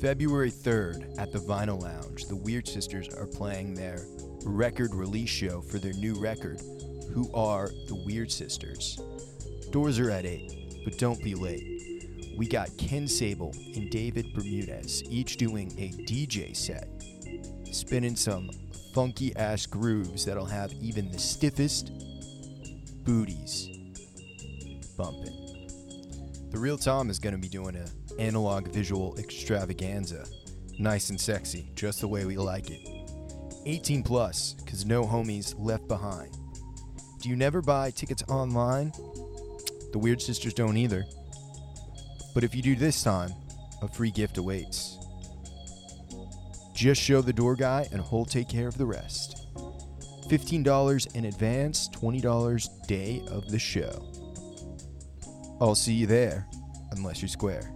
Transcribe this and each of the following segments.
February 3rd at the Vinyl Lounge, the Weird Sisters are playing their record release show for their new record, Who Are the Weird Sisters. Doors are at 8, but don't be late. We got Ken Sable and David Bermudez each doing a DJ set, spinning some funky ass grooves that'll have even the stiffest booties bumping. The Real Tom is going to be doing a analog visual extravaganza. Nice and sexy, just the way we like it. 18 plus, because no homies left behind. Do you never buy tickets online? The Weird Sisters don't either. But if you do this time, a free gift awaits. Just show the door guy and he'll take care of the rest. $15 in advance, $20 day of the show. I'll Oh, see you there, unless you're square.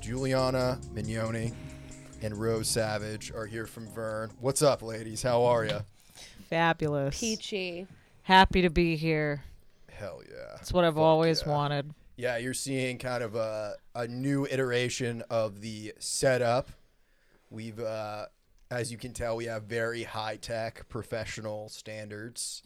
Juliana Mignoni and Rose Savage are here from Vern. What's up, ladies? How are you? Fabulous. Peachy. Happy to be here. Hell yeah. It's what I've Fuck always yeah. wanted. Yeah, you're seeing kind of a, a new iteration of the setup. We've, uh, as you can tell, we have very high tech professional standards.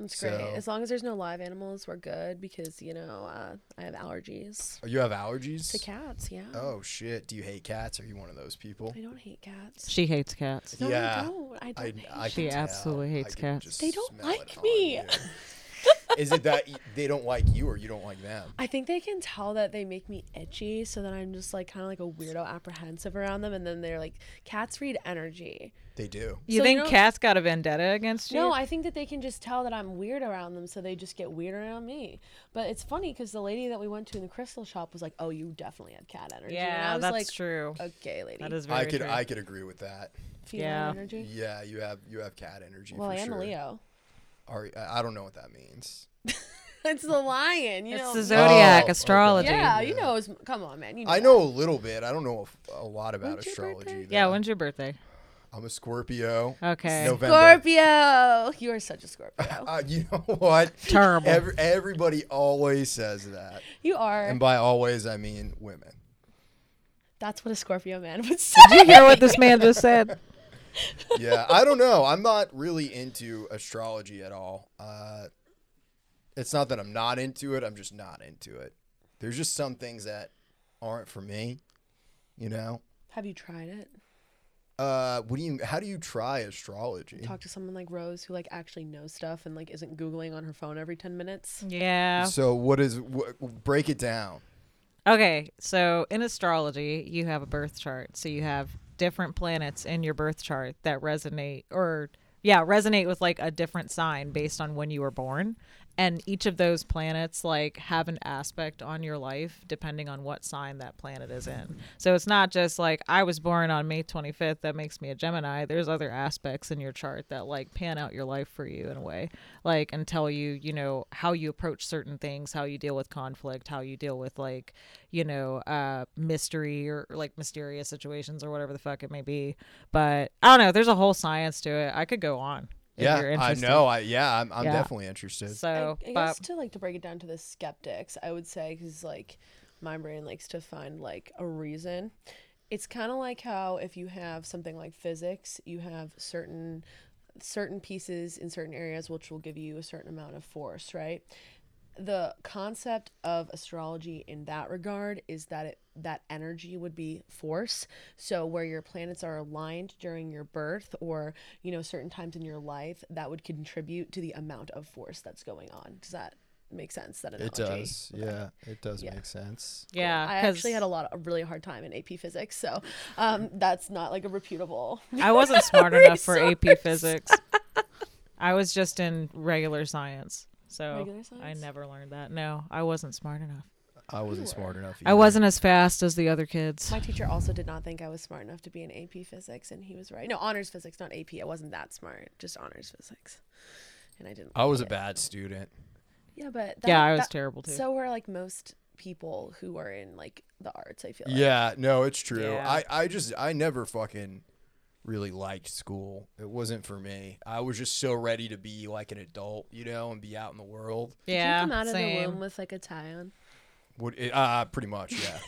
It's So- great. As long as there's no live animals, we're good because, you know, uh, I have allergies Oh, You have allergies? to cats. Yeah. Oh, shit. Do you hate cats? Are you one of those people? I don't hate cats. She hates cats. No, Yeah. I don't. I don't. hate I She can tell. absolutely I hates can cats. just They don't smell it like on me. you. Is it that y- they don't like you or you don't like them? I think they can tell that they make me itchy, so then I'm just like kind of like a weirdo apprehensive around them, and then they're like, cats read energy. They do. You So you think know- cats got a vendetta against you? No, I think that they can just tell that I'm weird around them, so they just get weird around me. But it's funny because the lady that we went to in the crystal shop was like, "Oh, you definitely have cat energy." and I yeah, was that's like, true. Okay, lady, That is very I could true. I could agree with that. female yeah. energy. Yeah, you have you have cat energy. well, I for am sure. a Leo. Are, I I don't know what that means. It's the lion. You it's know. the Oh, zodiac okay. astrology. Yeah. yeah, you Yeah. know. It's, come on, man. You know I know a little bit. I don't know a, a lot about When's your astrology. birthday? though. when's your birthday? I'm a Scorpio. Okay. November. Scorpio. You are such a Scorpio. Uh, you know what? Terrible. Every, everybody always says that, you are. and by always I mean women. That's what a Scorpio man would say. Did you hear what this man just said? yeah, I don't know. I'm not really into astrology at all. Uh, it's not that I'm not into it. I'm just not into it. There's just some things that aren't for me. You know. Have you tried it? Uh, what do you? How do you try astrology? Talk to someone like Rose who like actually knows stuff and like isn't googling on her phone every ten minutes. Yeah. So what is? Wh- break it down. Okay, so in astrology, you have a birth chart. So you have different planets in your birth chart that resonate or yeah, resonate with like a different sign based on when you were born. And each of those planets like have an aspect on your life depending on what sign that planet is in. So it's not just like I was born on May 25th that makes me a Gemini. There's other aspects in your chart that like pan out your life for you in a way. Like and tell you, you know, how you approach certain things, how you deal with conflict, how you deal with like, you know, uh mystery or or, like mysterious situations or whatever the fuck it may be. But I don't know, there's a whole science to it. I could go on. if you're Yeah, I interested. know. I yeah, I'm, I'm Yeah. definitely interested. So, I, I but guess to like to break it down to the skeptics, I would say because like my brain likes to find like a reason. It's kind of like how if you have something like physics, you have certain certain pieces in certain areas which will give you a certain amount of force, right? The concept of astrology in that regard is that it, that energy would be force. So where your planets are aligned during your birth or, you know, certain times in your life, that would contribute to the amount of force that's going on. Does that make sense that It analogy? does. Yeah, it does Yeah. make sense. yeah, I 'cause- actually had a lot of a really hard time in AP physics, so um, that's not like a reputable. I wasn't smart enough for AP physics. I was just in regular science. So Regular I science? never learned that. No, I wasn't smart enough. I wasn't smart enough. I either. wasn't as fast as the other kids. My teacher also did not think I was smart enough to be in AP physics, and he was right. No, honors physics, not AP. I wasn't that smart, just honors physics, and I didn't. I was a like it. bad student. Yeah, but yeah, that- I was that- terrible too. So were like most people who are in like the arts. I feel like. Yeah, no, it's true. Yeah. I, I just I never fucking really liked school. It wasn't for me. I was just so ready to be like an adult, you know, and be out in the world. Did yeah, you come out of the same. womb with like a tie on? Would it, uh pretty much, yeah.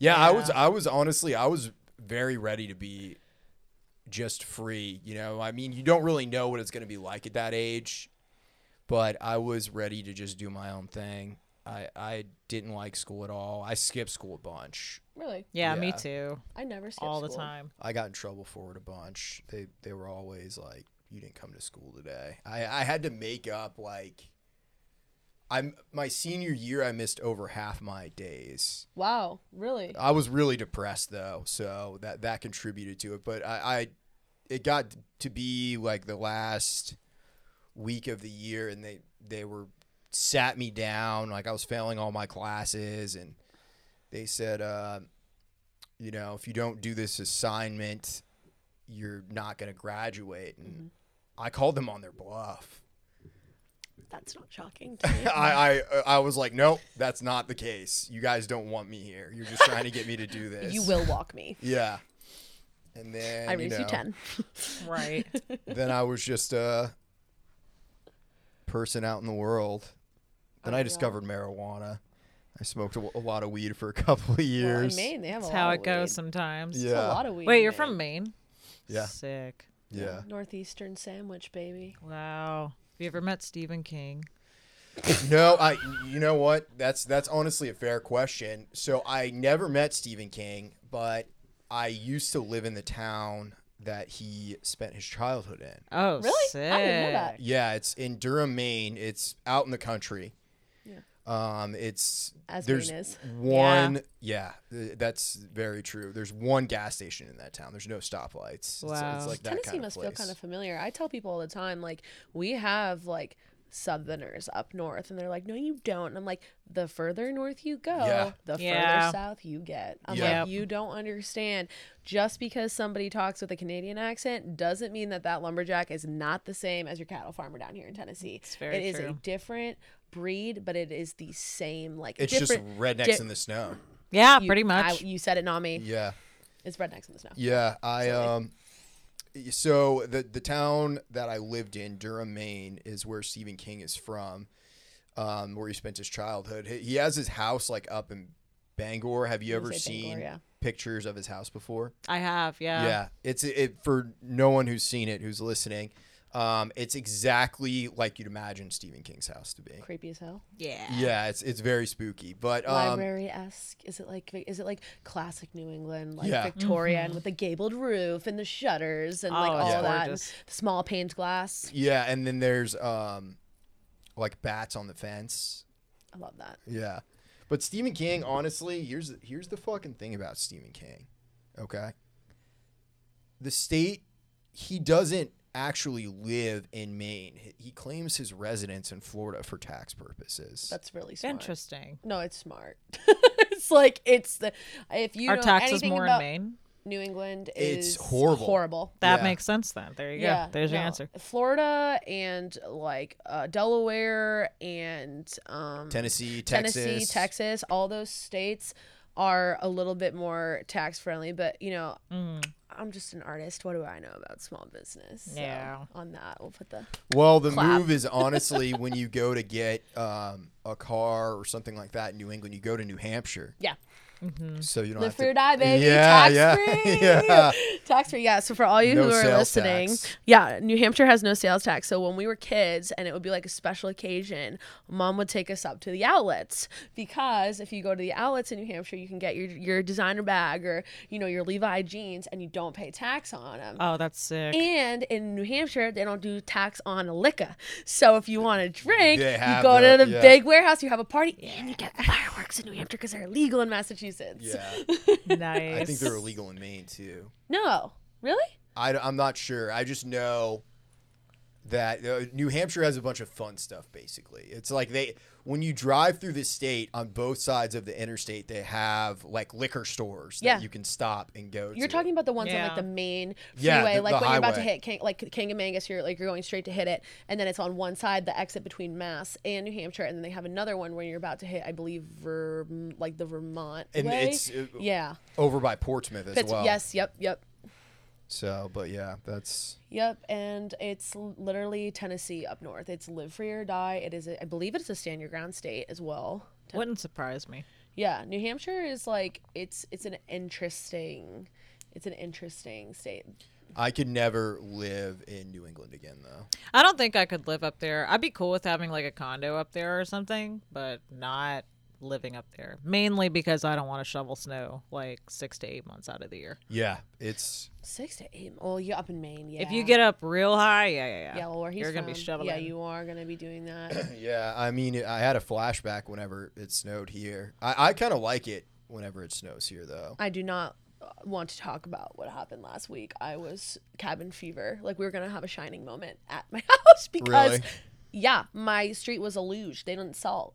Yeah, I was Yeah. I was honestly I was very ready to be just free, you know. I mean, you don't really know what it's going to be like at that age, but I was ready to just do my own thing. I I didn't like school at all. I skipped school a bunch. Really, Yeah, me Yeah. too. I never skip All the school. time. I got in trouble for it a bunch. They they were always like, "You didn't come to school today." I I had to make up like I'm my senior year I missed over half my days. Wow, really? I was really depressed though, so that that contributed to it. But I, I it got to be like the last week of the year, and they they were sat me down like I was failing all my classes, and they said, uh, you know, if you don't do this assignment, you're not going to graduate. And I called them on their bluff. That's not shocking. To me. I, I I was like, nope, that's not the case. You guys don't want me here. You're just trying to get me to do this. you will walk me. Yeah. And then I you, raise you know, ten. Right. Then I was just a person out in the world. Oh, Then I discovered marijuana. I smoked a, a lot of weed for a couple of Well, in years. Maine, they have That's a lot how of it goes weed. sometimes. Yeah. It's a lot of weed. Wait, in you're from Maine. Maine? Yeah. Sick. yeah. northeastern sandwich, baby. Wow. Have you ever met Stephen King? No, I. You know what? That's that's honestly a fair question. So I never met Stephen King, but I used to live in the town that he spent his childhood in. Oh, Really? sick. I didn't know that. Yeah, it's in Durham, Maine. It's out in the country. Yeah. Um, it's As there's Maine is. one. Yeah. th- that's very true. There's one gas station in that town. There's no stoplights. It's, Wow. it's like that Tennessee kind must of place. feel kind of familiar. I tell people all the time, like, we have like Southerners up north, and they're like, "No, you don't." And I'm like, "The further north you go, Yeah. the Yeah. further south you get." I'm Yeah. Yep. like, "You don't understand. Just because somebody talks with a Canadian accent doesn't mean that that lumberjack is not the same as your cattle farmer down here in Tennessee. It's very a true. different breed, but it is the same. Like, It's just different. rednecks di- in the snow. Yeah, you- pretty I- much. you said it, Nami. Yeah. It's rednecks in the snow. Yeah, I um so the the town that I lived in, Durham, Maine, is where Stephen King is from. Um where he spent his childhood. He, he has his house like up in Bangor. Have you I was ever gonna say seen Bangor, yeah. pictures of his house before? I have, yeah. yeah, it's it for no one who's seen it who's listening. Um it's exactly like you'd imagine Stephen King's house to be. Creepy as hell. Yeah. Yeah, it's it's very spooky, but um library esque. Is it like is it like classic New England, like Yeah. Victorian with the gabled roof and the shutters and like Mm-hmm. Oh, it's all that, and gorgeous. the small paned glass. yeah, and then there's um like bats on the fence. I love that. Yeah. But Stephen King, honestly, here's here's the fucking thing about Stephen King. Okay. The state he doesn't actually live in Maine. He- He claims his residence in Florida for tax purposes. That's really smart. Interesting. No, it's smart. it's like it's the if you Our know taxes anything more in about Maine. New England It's is horrible. Horrible. That Yeah. makes sense then. There you go. There's your no. answer. Florida and like uh, Delaware and um, Mm-hmm. Tennessee, Texas. Tennessee, Texas, all those states are a little bit more tax friendly, but you know, I'm just an artist. What do I know about small business? So, Yeah. on that, we'll put the Well, the Clap. move is honestly when you go to get um, a car or something like that in New England, you go to New Hampshire. yeah. Mm. So you don't Live have to free or die, baby. Yeah, tax free. yeah. yeah. Tax free, yeah. So for all you No who are sales listening, tax. yeah, New Hampshire has no sales tax. So when we were kids, and it would be like a special occasion, mom would take us up to the outlets because if you go to the outlets in New Hampshire, you can get your your designer bag or you know your Levi jeans, and you don't pay tax on them. Oh, that's sick. And in New Hampshire, they don't do tax on a liquor. So if you want to drink, They you have go that, to the yeah. big warehouse, you have a party, and you get fireworks in New Hampshire because they're illegal in Massachusetts. Yeah. nice. I think they're illegal in Maine too. No, really? I, am not sure. I just know that uh, New Hampshire has a bunch of fun stuff. Basically, it's like they when you drive through the state on both sides of the interstate, they have like liquor stores Yeah. that you can stop and go. You're to. talking about the ones on like Yeah. the main freeway, Yeah, the- like the when you're about to highway. hit King, like Kangamangas, you're like you're going straight to hit it, and then it's on one side the exit between Mass and New Hampshire, and then they have another one where you're about to hit, I believe, Verm- like the Vermont and way. it's uh, yeah, over by Portsmouth as Fitz- well. yes, yep, yep. So, but yeah, that's Yep, and it's l- literally Tennessee up north. It's live free or die. It is, a, I believe, it's a stand your ground state as well. Wouldn't surprise me. Yeah, New Hampshire is like it's it's an interesting it's an interesting state. I could never live in New England again, though. I don't think I could live up there. I'd be cool with having like a condo up there or something, but not living up there. Mainly because I don't want to shovel snow like six to eight months out of the year. Yeah, it's Six to eight. Well, you're up in Maine. Yeah. If you get up real high, yeah, yeah, yeah. yeah, well, where he's you're gonna be from, shoveling. Yeah, you are gonna be doing that. yeah. I mean, I had a flashback whenever it snowed here. I, I kind of like it whenever it snows here, though. I do not uh, want to talk about what happened last week. I was cabin fever. Like we were gonna have a shining moment at my house because, Really? yeah, my street was a luge. They didn't salt.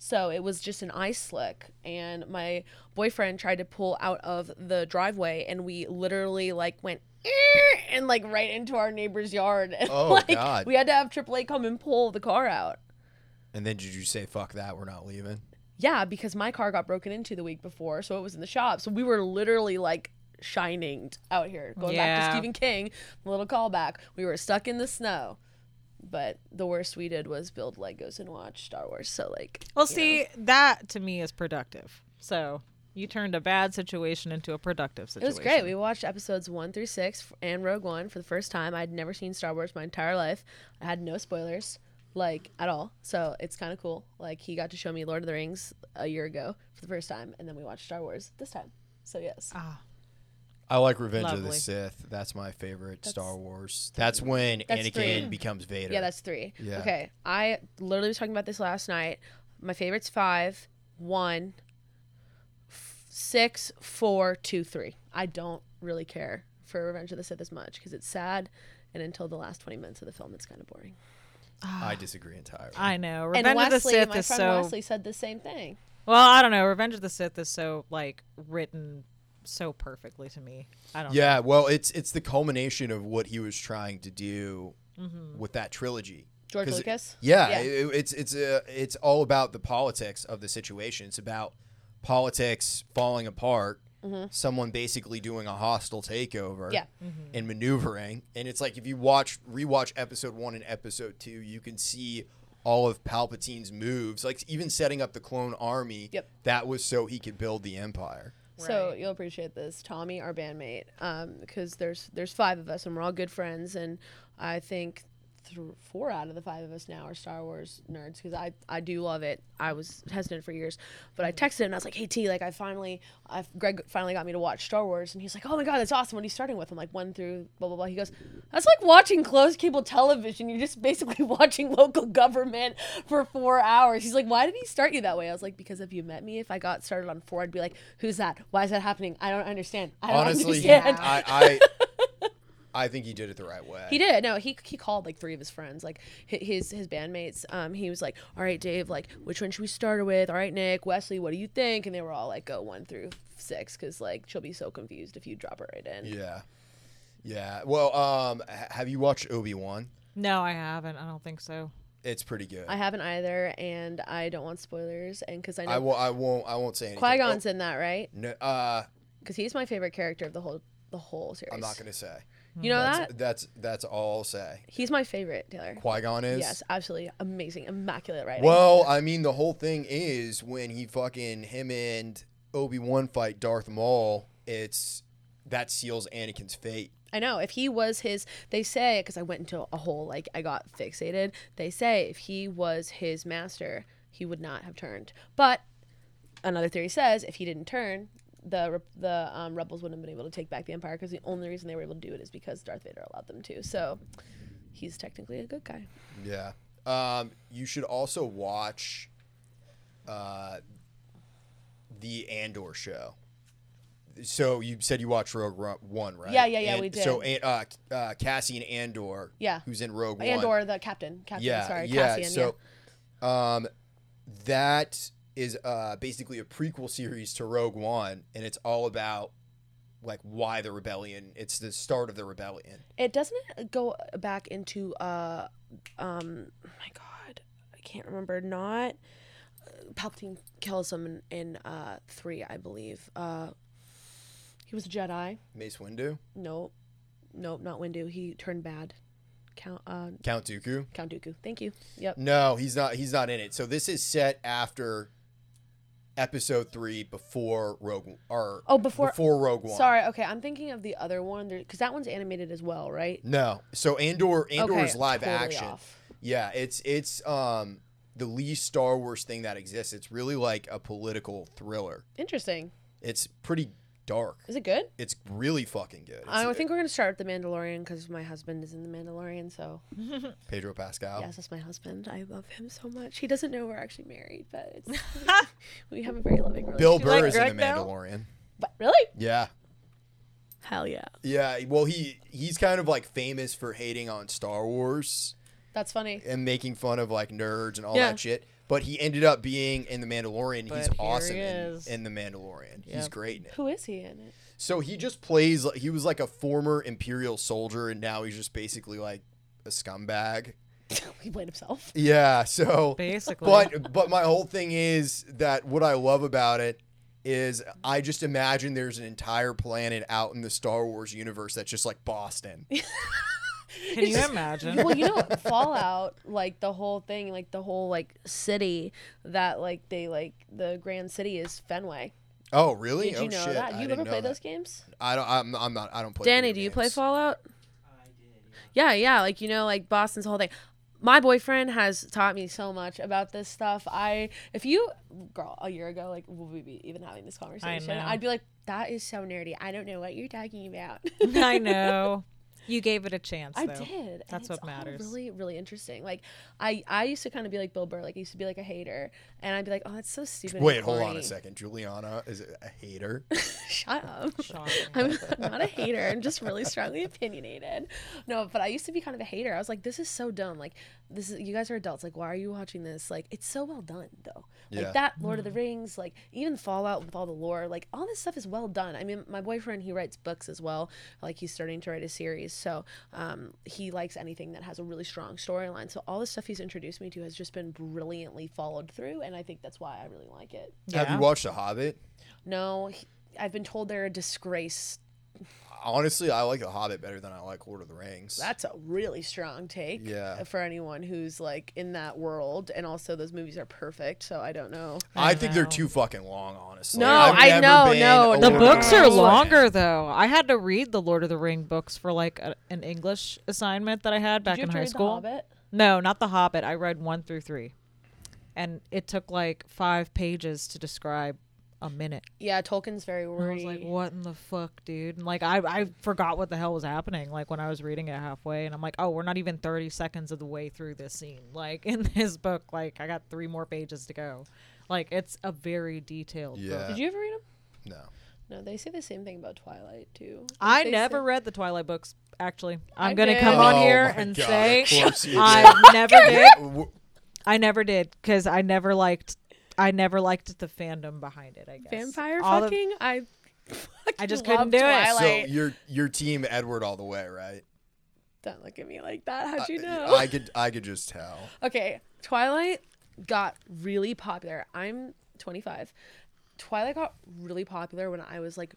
So it was just an ice slick, and my boyfriend tried to pull out of the driveway, and we literally like went "Eh," and like right into our neighbor's yard. And, Oh, like, God. We had to have AAA come and pull the car out. And then did you say "fuck that"? We're not leaving. Yeah, because my car got broken into the week before, so it was in the shop. So we were literally like shining out here. Going back Yeah. to Stephen King, a little callback. We were stuck in the snow. But the worst we did was build Legos and watch Star Wars. So like Well, you know. see, that to me is productive. So you turned a bad situation into a productive It situation. was great. We watched episodes one through six f- and Rogue One for the first time. I'd never seen Star Wars my entire life. I had no spoilers, like at all. So it's kind of cool. Like he got to show me Lord of the Rings a year ago for the first time, and then we watched Star Wars this time. So yes, Ah, I like Revenge of the Lovely. Sith. That's my favorite Star Wars. three. That's when That's Anakin three. becomes Vader. yeah, that's three. Yeah. Okay, I literally was talking about this last night. My favorites five, one, f- six, four, two, three. I don't really care for Revenge of the Sith as much because it's sad, and until the last twenty minutes of the film, it's kind of boring. Ah. I disagree entirely. I know. Revenge and of the Wesley, Sith my is friend so. Wesley said the same thing. Well, I don't know. Revenge of the Sith is so like written so perfectly to me. I don't. yeah, well, it's it's the culmination of what he was trying to do with that trilogy. Mm-hmm. George 'Cause it- Lucas? yeah, Yeah. it- it's it's uh, it's all about the politics of the situation. It's about politics falling apart. Someone basically doing a hostile takeover Mm-hmm. Yeah. and maneuvering. And it's like if you watch rewatch episode one and episode two, you can see all of Palpatine's moves, like even setting up the clone army. Yep. That was so he could build the empire. So Right. you'll appreciate this, Tommy, our bandmate, because there's there's five of us and we're all good friends, and I think th- four out of the five of us now are Star Wars nerds because I I do love it. I was hesitant for years, but I texted him and I was like, Hey T, like I finally, I Greg finally got me to watch Star Wars, and he's like, Oh my god, that's awesome. What are you starting with? I'm like one through blah blah blah. He goes, That's like watching closed cable television. You're just basically watching local government for four hours. He's like, Why did he start you that way? I was like, Because if you met me, if I got started on four, I'd be like, Who's that? Why is that happening? I don't understand. I don't Honestly, he- understand. I, I I think he did it the right way. He did. No, he he called like three of his friends, like hi- his his bandmates. Um, he was like, "All right, Dave, like which one should we start with? All right, Nick, Wesley, what do you think?" And they were all like, "Go one through six, because like she'll be so confused if you drop her right in." Yeah. Yeah. Well, um, h- have you watched Obi Wan? No, I haven't. I don't think so. It's pretty good. I I, haven't either, and I don't want spoilers, and because I know will. I won't. I won't say anything. Qui Gon's in that, right? Oh, no, uh, Because he's my favorite character of the whole the whole series. I'm not gonna say. You know that? That's that's that's all I'll say. He's my favorite, Taylor. Qui Gon is. Yes, absolutely amazing, immaculate writing. Well, I mean, the whole thing is when he fucking him and Obi Wan fight Darth Maul. It's that seals Anakin's fate. I know if he was his, they say because I went into a whole like I got fixated. They say if he was his master, he would not have turned. But another theory says if he didn't turn, the re- the um, rebels wouldn't have been able to take back the empire because the only reason they were able to do it is because Darth Vader allowed them to. So he's technically a good guy. Yeah. Um, you should also watch uh, the Andor show. So you said you watched Rogue Ro- One, right? Yeah, yeah, yeah, And we did. So An- uh, uh, Cassian Andor, Yeah. who's in Rogue One, Andor, the captain, captain, yeah, sorry, yeah. Cassian. so, um, that is uh basically a prequel series to Rogue One, and it's all about like why the rebellion. It's the start of the rebellion. yeah. It doesn't it go back into uh, um, my God, I can't remember. Not uh, Palpatine kills him in, in uh three, I believe. Uh, he was a Jedi. Mace Windu, No, no, not Windu. He turned bad. Count uh, Count Dooku. Mm. Count Dooku. Thank you. Yep. No, he's not. He's not in it. So this is set after episode three before Rogue or Oh, before- before Rogue One. Sorry, okay, I'm thinking of the other one because that one's animated as well, right? No. So Andor Andor Okay, is live totally action. off. Yeah, it's it's um the least Star Wars thing that exists. It's really like a political thriller. Interesting. It's pretty dark. Is it good? It's really fucking good. It's- I think we're gonna start with the Mandalorian because my husband is in the Mandalorian. So Pedro Pascal. yes, that's my husband. I love him so much. He doesn't know we're actually married, but it's, we have a very loving relationship. Bill You Burr like is in Greg the now? Mandalorian. But really? Yeah. Hell yeah. Yeah, well he he's kind of like famous for hating on Star Wars That's funny. and making fun of like nerds and all Yeah. that shit. But he ended up being in the Mandalorian. But he's here he awesome in, is. in the Mandalorian. He's Yep. great in it. Who is he in it? So he just plays. like He was like a former Imperial soldier, and now he's just basically like a scumbag. Oh, he played himself. Yeah. So, Basically. but but my whole thing is that what I love about it is I just imagine there's an entire planet out in the Star Wars universe that's just like Boston. Can you imagine? Well, you know, Fallout, like the whole thing, like the whole like city that like they like the grand city is Fenway. Oh, really? Did oh you know shit! that? I you didn't ever know play that. those games? I don't. I'm, I'm not. I don't play. Danny, video do you play games. Fallout? Yeah, yeah. Like you know, like Boston's whole thing. My boyfriend has taught me so much about this stuff. I, if you, girl, a year ago, like would we be even having this conversation? know. I'd be like, that is so nerdy. I don't know what you're talking about. I know. You gave it a chance. I though. did. and That's it's what all matters. Really, really interesting. Like I, I used to kind of be like Bill Burr. Like I used to be like a hater, and I'd be like, oh, that's so stupid. and Wait, hold on corny." a second. Juliana is a hater. Shut up. Shocking. I'm not a hater. I'm just really strongly opinionated. No, but I used to be kind of a hater. I was like, this is so dumb. Like, this is you guys are adults. Like, why are you watching this? Like, it's so well done though. Like Yeah. that Lord of the Rings, like even Fallout with all the lore, like all this stuff is well done. I mean, my boyfriend he writes books as well. Like he's starting to write a series, so um, he likes anything that has a really strong storyline. So all the stuff he's introduced me to has just been brilliantly followed through, and I think that's why I really like it. Have you Yeah. watched The Hobbit? No, he, I've been told they're a disgrace Honestly, I like The Hobbit better than I like Lord of the Rings. That's a really strong take. Yeah. For anyone who's like in that world, and also those movies are perfect. So I don't know. I, think they're know. too fucking long, honestly. No, I've I never know, been no, a The Lord of books are Rings fan. longer though. I had to read the Lord of the Ring books for like a, an English assignment that I had back in high school. No, not The Hobbit. I read 1 through 3. And it took like 5 pages to describe a minute. Yeah, Tolkien's very I wordy. was like, "What in the fuck, dude?" And like I I forgot what the hell was happening like when I was reading it halfway and I'm like, "Oh, we're not even 30 seconds of the way through this scene." Like in this book, like I got 3 more pages to go. Like it's a very detailed book. Yeah. Did you ever read them? No. No, they say the same thing about Twilight too. Like, I they never say- read the Twilight books. Actually, I I'm gonna did. come on Oh here my and God, say of course you I never did. W- I never did because I never liked. I never liked the fandom behind it. I guess vampire All the- fucking. I. I just fucking couldn't love do it. So Twilight. you're you're team Edward all the way, right? Don't look at me like that. How'd you I- know? I could I could just tell. Okay, Twilight got really popular. I'm 25. Twilight got really popular when I was like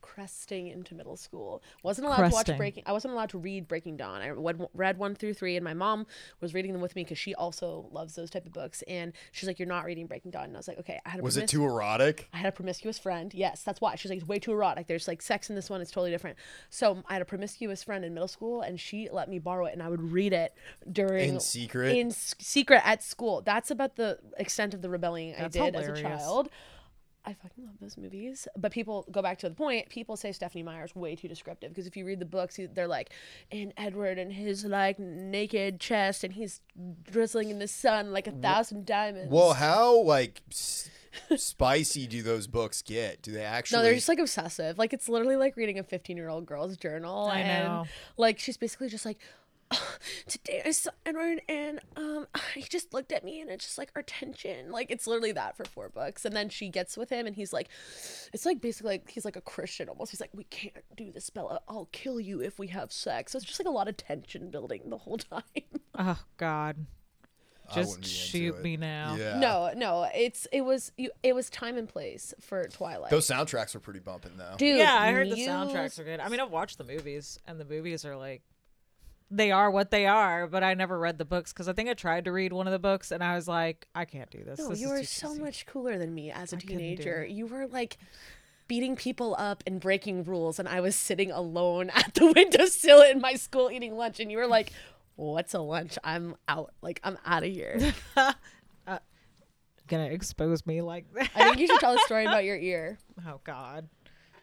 cresting into middle school. Wasn't allowed to Cresting. watch Breaking. I wasn't allowed to read Breaking Dawn. I read, read one through three, and my mom was reading them with me because she also loves those type of books. And she's like, "You're not reading Breaking Dawn." And I was like, "Okay." I had a Was it promis- too erotic? I had a promiscuous friend. Yes, that's why. She's like, it's way too erotic. There's like sex in this one. It's totally different. So I had a promiscuous friend in middle school, and she let me borrow it, and I would read it during In secret? In s- secret at school. That's about the extent of the rebellion That's I did as hilarious. a child. I fucking love those movies. But people go back to the point. People say Stephanie Meyer's way too descriptive because if you read the books, he- they're like, and Edward and his like naked chest, and he's drizzling in the sun like a thousand diamonds. Well, how like s- spicy do those books get? Do they actually? No, they're just like obsessive. Like it's literally like reading a 15 year old girl's journal. I and, know. Like she's basically just like, "Ugh, today I saw Edward and um he just looked at me and it's just like our tension. Like it's literally that for four books. And then she gets with him and he's like, it's like basically like he's like a Christian almost. He's like, we can't do this, Bella. I'll kill you if we have sex. So it's just like a lot of tension building the whole time. Oh God, I wouldn't just be into shoot it. me now. Yeah. No, no, it's it was you. It was time and place for Twilight. Those soundtracks were pretty bumping though. Dude, Yeah, I heard the Muse- soundtracks are good. I mean, I've watched the movies, and the movies are like they are what they are, but I never read the books because I think I tried to read one of the books and I was like, I can't do this. No, This you is were too so cheesy." much cooler than me as a couldn't do teenager. it. You were like beating people up and breaking rules, and I was sitting alone at the windowsill in my school eating lunch, and you were like, What's a lunch? I'm out. Like, I'm out of here. gonna expose me like that. I think you should tell a story about your ear. Oh God,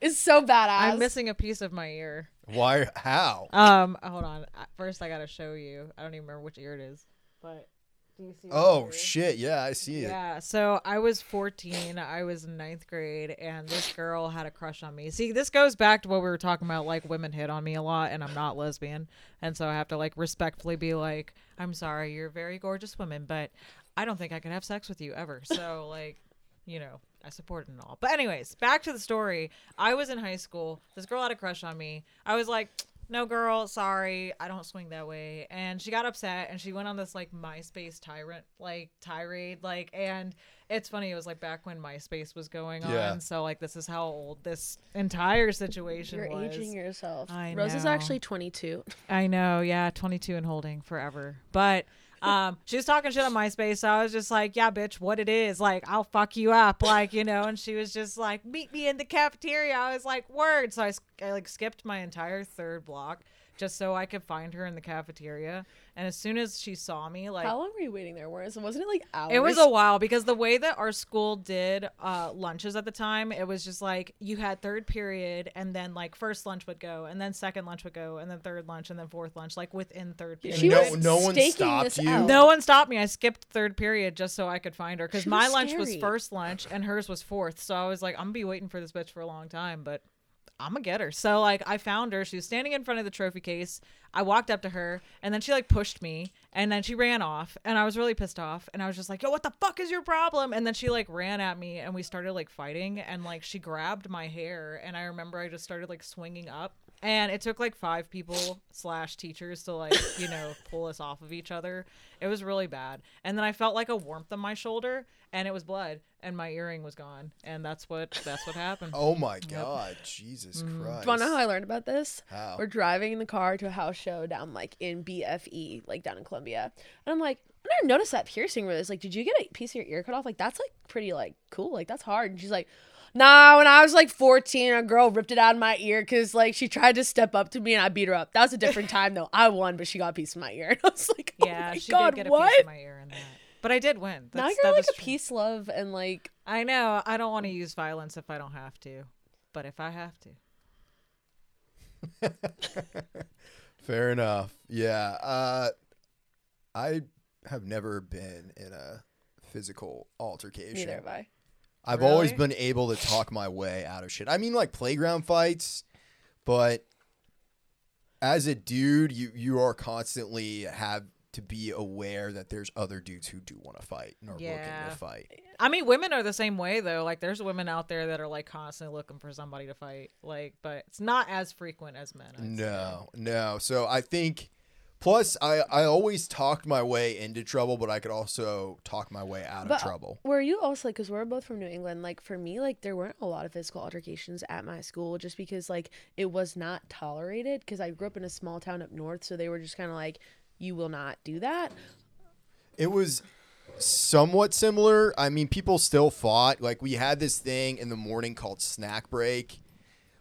It's so badass. I'm missing a piece of my ear. Why? How? Um, hold on. I- First, I gotta show you. I don't even remember which ear it is, but do you see? my Oh ear? shit! Yeah, I see it. Yeah, so I was 14. I was in ninth grade, and this girl had a crush on me. See, this goes back to what we were talking about. Like, women hit on me a lot, and I'm not lesbian. And so I have to, like, respectfully be like, I'm sorry, you're a very gorgeous woman, but I don't think I could have sex with you ever. So, like, you know, I support it and all. But, anyways, back to the story. I was in high school. This girl had a crush on me. I was like, no, girl, sorry, I don't swing that way. And she got upset and she went on this like MySpace tyrant, like tirade. Like, and it's funny, it was like back when MySpace was going Yeah. on. So, like, this is how old this entire situation You're was. aging yourself. I Rose is know. actually 22. I know, yeah, 22 and holding forever. But um, she was talking shit on MySpace, so I was just like, "Yeah, bitch, what it is? Like, I'll fuck you up, like, you know." And she was just like, "Meet me in the cafeteria." I was like, "Word." So I, s- I, like skipped my entire third block just so I could find her in the cafeteria. And as soon as she saw me, like, How long were you waiting there? Whereas wasn't it like hours? it was a while because the way that our school did uh, lunches at the time, it was just like you had third period, and then like first lunch would go, and then second lunch would go, and then third lunch, and then fourth lunch, like within third period. She no, was no one staking stopped this you. out. No one stopped me. I skipped third period just so I could find her because She my was lunch was scary. first lunch and hers was fourth. So I was like, I'm gonna be waiting for this bitch for a long time, but I'm gonna get her. So like, I found her. She was standing in front of the trophy case. I walked up to her and then she like pushed me and then she ran off and I was really pissed off and I was just like, Yo, what the fuck is your problem? And then she like ran at me and we started like fighting and like she grabbed my hair and I remember I just started like swinging up. And it took like five people slash teachers to like, you know, pull us off of each other. It was really bad. And then I felt like a warmth on my shoulder and it was blood and my earring was gone. And that's what that's what happened. Oh my god, Jesus Christ! Do you want to know how I learned about this? How? We're driving in the car to a house show down like in BFE, like down in Columbia, and I'm like, I never noticed that piercing. Where it's like, did you get a piece of your ear cut off? Like that's like pretty like cool. Like that's hard. And she's like, Nah. When I was like 14, a girl ripped it out of my ear because like she tried to step up to me and I beat her up. That was a different time though. I won, but she got a piece of my ear. And I was like, oh yeah, my she God, did get a what? piece of my ear in that. But I did win. now That's- that you're like was a true. peace love and like I know. I don't want to use violence if I don't have to. But if I have to. Fair enough. Yeah. Uh, I have never been in a physical altercation. neither have I. I've always Really? been able to talk my way out of shit. I mean, like playground fights, but as a dude, you you are constantly have to be aware that there's other dudes who do want to fight and are looking Yeah. to fight. I mean, women are the same way though. Like, there's women out there that are like constantly looking for somebody to fight. Like, but it's not as frequent as men. I'd say. No, no. So I think. Plus, I, I always talked my way into trouble, but I could also talk my way out of But- trouble. Were you also like, because we're both from New England, like for me, like there weren't a lot of physical altercations at my school just because like it was not tolerated. Because I grew up in a small town up north, so they were just kind of like, you will not do that. It was somewhat similar. I mean, people still fought. Like we had this thing in the morning called snack break.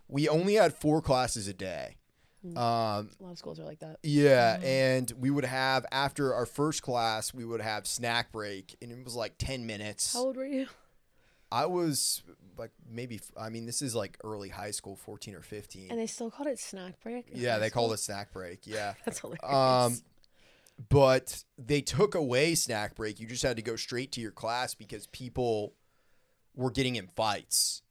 We only had four classes a day. Um, A lot of schools are like that. yeah, Mm. and we would have after our first class, we would have snack break, and it was like ten minutes. How old were you? I was like maybe. I mean, this is like early high school, fourteen or fifteen. And they still called it snack break. in yeah, high they school? called it snack break. Yeah. That's hilarious. Um, but they took away snack break. You just had to go straight to your class because people were getting in fights.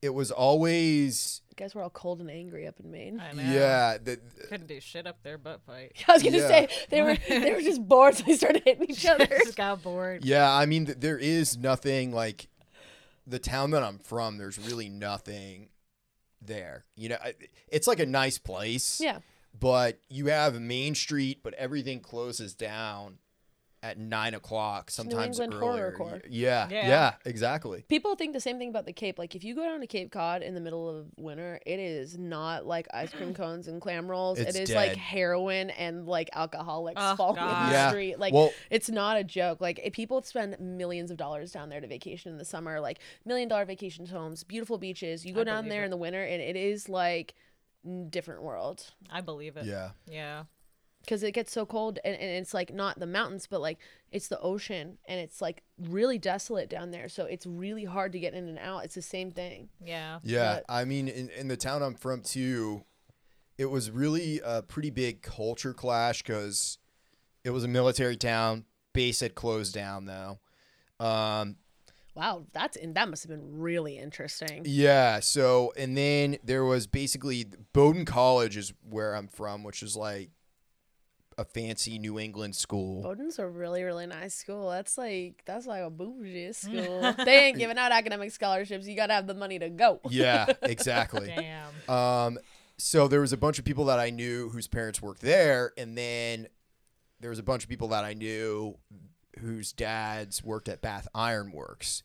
It was always guys were all cold and angry up in Maine. I know. yeah. The, Couldn't do shit up there but fight. I was gonna Yeah. say they were they were just bored, so they started hitting each other. just got bored. yeah, I mean, th- there is nothing like the town that I'm from. There's really nothing there. You know, I- it's like a nice place. yeah, but you have a main street, but everything closes down at nine o'clock, sometimes England Horror earlier. Corps. Yeah, yeah, Yeah. exactly. People think the same thing about the Cape. Like, if you go down to Cape Cod in the middle of winter, it is not like ice cream cones and clam rolls. It's it is dead. like heroin and like alcoholics Oh, falling in God. the Yeah. street. Like, well, it's not a joke. Like, if people spend millions of dollars down there to vacation in the summer, like million dollar vacation homes, beautiful beaches. You go I down believe there it. in the winter, and it is like n- different world I believe it. yeah, Yeah. because it gets so cold and, and it's like not the mountains but like it's the ocean and it's like really desolate down there so it's really hard to get in and out it's the same thing Yeah. yeah. But- I mean, in, in the town I'm from too, it was really a pretty big culture clash because it was a military town. Base had closed down though. Um, wow that's and that must have been really interesting Yeah. So, and then there was basically Bowdoin College is where I'm from, which is like a fancy New England school. Bowdoin's a really really nice school that's like that's like a bougie school they ain't giving out academic scholarships you gotta have the money to go Yeah, exactly. Damn. Um, so there was a bunch of people that I knew whose parents worked there, and then there was a bunch of people that I knew whose dads worked at Bath Iron Works,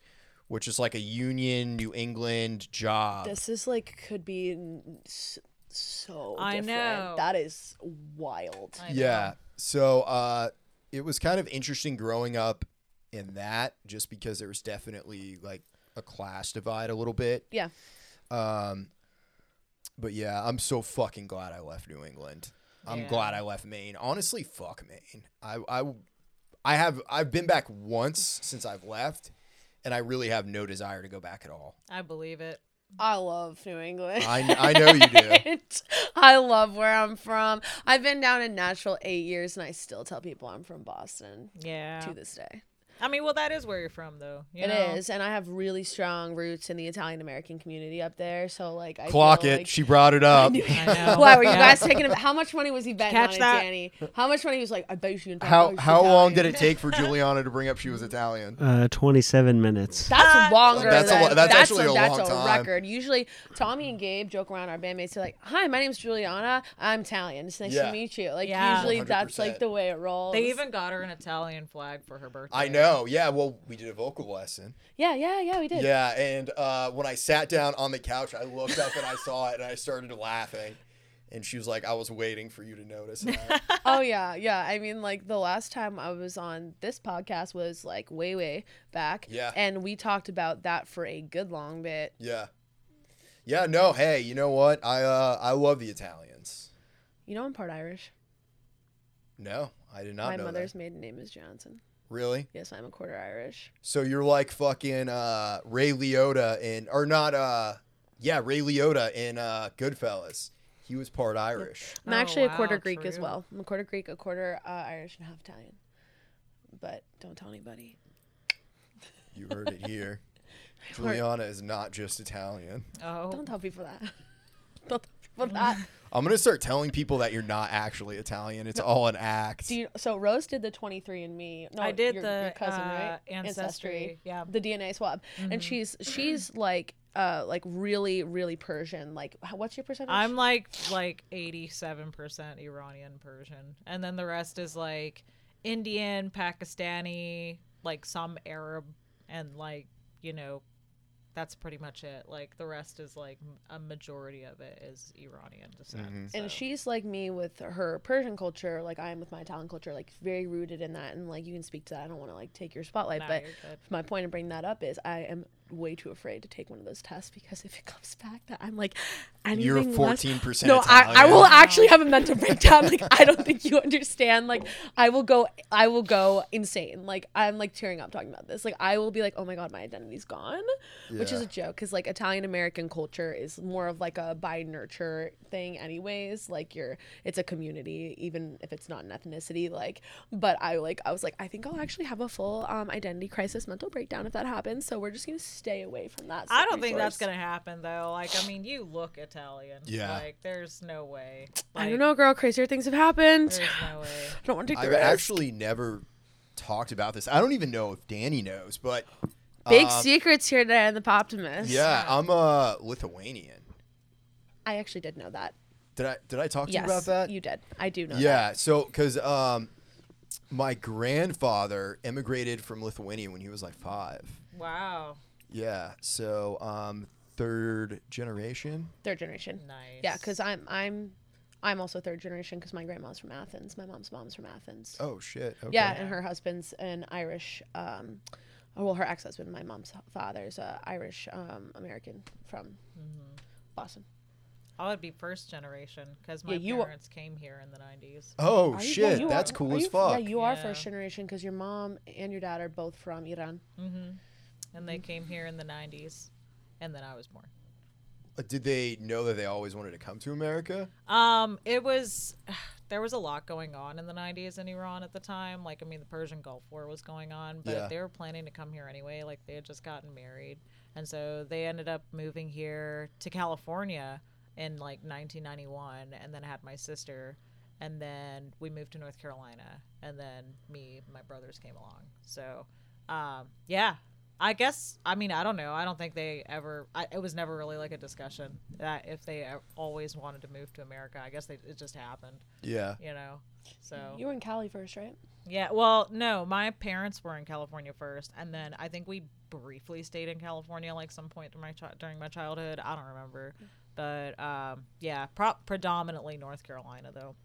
which is like a union New England job. this is like could be n- s- so I different. know. that is wild I know. yeah. So uh, it was kind of interesting growing up in that, just because there was definitely like a class divide a little bit. yeah Um, but yeah, I'm so fucking glad I left New England. I'm Yeah. glad I left Maine. Honestly, fuck Maine. I, I, I have I've been back once since I've left, and I really have no desire to go back at all. I believe it. I love New England. I- I know you do. I love where I'm from. I've been down in Nashville eight years, and I still tell people I'm from Boston Yeah. to this day. I mean, well, that is where you're from, though. You It is, know? and I have really strong roots in the Italian American community up there. So like, I Clock feel it. like- she brought it up. I know. Why were you Yeah. guys taking? A, how much money was he betting Catch on it, that. Danny? How much money he was like? I bet you. can talk How about how long did Italian." it take for Juliana to bring up she was Italian? Uh, 27 minutes. That's Uh, longer. That's a than, lo- that's actually a long time. record. Usually, Tommy and Gabe joke around our bandmates. They're like, "Hi, my name's Juliana. I'm Italian. It's nice Yeah. to meet you." Like Yeah. usually, that's 100%. like the way it rolls. They even got her an Italian flag for her birthday. I know. Yeah. Well, we did a vocal lesson. yeah, yeah, yeah. We did. Yeah, and uh, when I sat down on the couch, I looked up and I saw it, and I started laughing. And she was like, "I was waiting for you to notice." That. Oh yeah, yeah. I mean, like the last time I was on this podcast was like way, way back. Yeah. And we talked about that for a good long bit. yeah, yeah. No, hey, you know what? I uh, I love the Italians. You know, I'm part Irish. No, I did not my know mother's that. maiden name is Johnson. Really? Yes, I'm a quarter Irish. So you're like fucking uh, Ray Liotta in, or not? Uh, yeah, Ray Liotta in uh, Goodfellas. He was part Irish. I'm Oh, actually a quarter wow, Greek as true. well. I'm a quarter Greek, a quarter uh, Irish, and half Italian. But don't tell anybody. You heard it here. Juliana is not just Italian. Oh, Don't tell people that. don't tell people that. I'm gonna start telling people that you're not actually Italian. It's all an act. Do you, so Rose did the 23andMe. No, I did your, the your cousin, uh, right? Oh ancestry. Mm-hmm. Yeah. the DNA swab, and she's she's like uh like really really Persian. Like h- what's your percentage? I'm like like 87% Iranian Persian, and then the rest is like Indian, Pakistani, like some Arab, and like you know, that's pretty much it. Like the rest is like m- a majority of it is Iranian descent. Mm-hmm. so. and she's like me with her Persian culture, like I am with my Italian culture, like very rooted in that. And like you can speak to that. I don't want to like take your spotlight, Nah, but you're good. my point in bringing that up is I am way too afraid to take one of those tests because if it comes back that I'm like anything You're less- 14% No, I, I will Italian. actually have a mental breakdown. Like I don't think you understand. Like I will go I will go insane. Like I'm like tearing up talking about this. Like I will be like, oh my god, my identity's gone, which is Yeah. a joke because like Italian American culture is more of like a by nurture thing, anyways. Like you're it's a community, even if it's not an ethnicity. Like, but I like I was like I think I'll actually have a full um, identity crisis, mental breakdown if that happens. So we're just gonna stay away from that. I don't think that's source. gonna happen though. Like, I mean, you look Italian. Yeah. Like, there's no way. I Like, don't know, girl. Crazier things have happened. There's no way. I don't want to take the I've risk. actually never talked about this. I don't even know if Danny knows, but Big um, secrets here today on the Poptimus. yeah, I'm a Lithuanian. I actually did know that. Did I did I talk to yes, you about that? you did. I do know. that. yeah, so because um, my grandfather immigrated from Lithuania when he was like five. Wow. Yeah, so um, third generation. Third generation. Nice. Yeah, because I'm I'm I'm also third generation because my grandma's from Athens. My mom's mom's from Athens. Oh shit. Okay. Yeah, and her husband's an Irish. Um, oh, well, her ex-husband, my mom's father's uh, Irish um, American from Mm-hmm. Boston. I would be first generation because my Yeah, you are- parents came here in the 90s. Oh Are you- yeah, shit, you are- that's cool are as you- fuck. Yeah, you are Yeah. first generation because your mom and your dad are both from Iran. And they came here in the 90s. And then I was born. Uh, Did they know that they always wanted to come to America? Um, it was there was a lot going on in the '90s in Iran at the time. Like, I mean, the Persian Gulf War was going on, but Yeah. they were planning to come here anyway. Like, they had just gotten married, and so they ended up moving here to California in like 1991, and then I had my sister, and then we moved to North Carolina, and then me, and my brothers came along. So, um, yeah. I guess I mean I don't know I don't think they ever I, it was never really like a discussion that if they a- always wanted to move to America I guess they, it just happened Yeah. you know so You were in Cali first, right? yeah well no my parents were in California first and then I think we briefly stayed in California like some point during my chi- during my childhood I don't remember but um, yeah pro- predominantly North Carolina though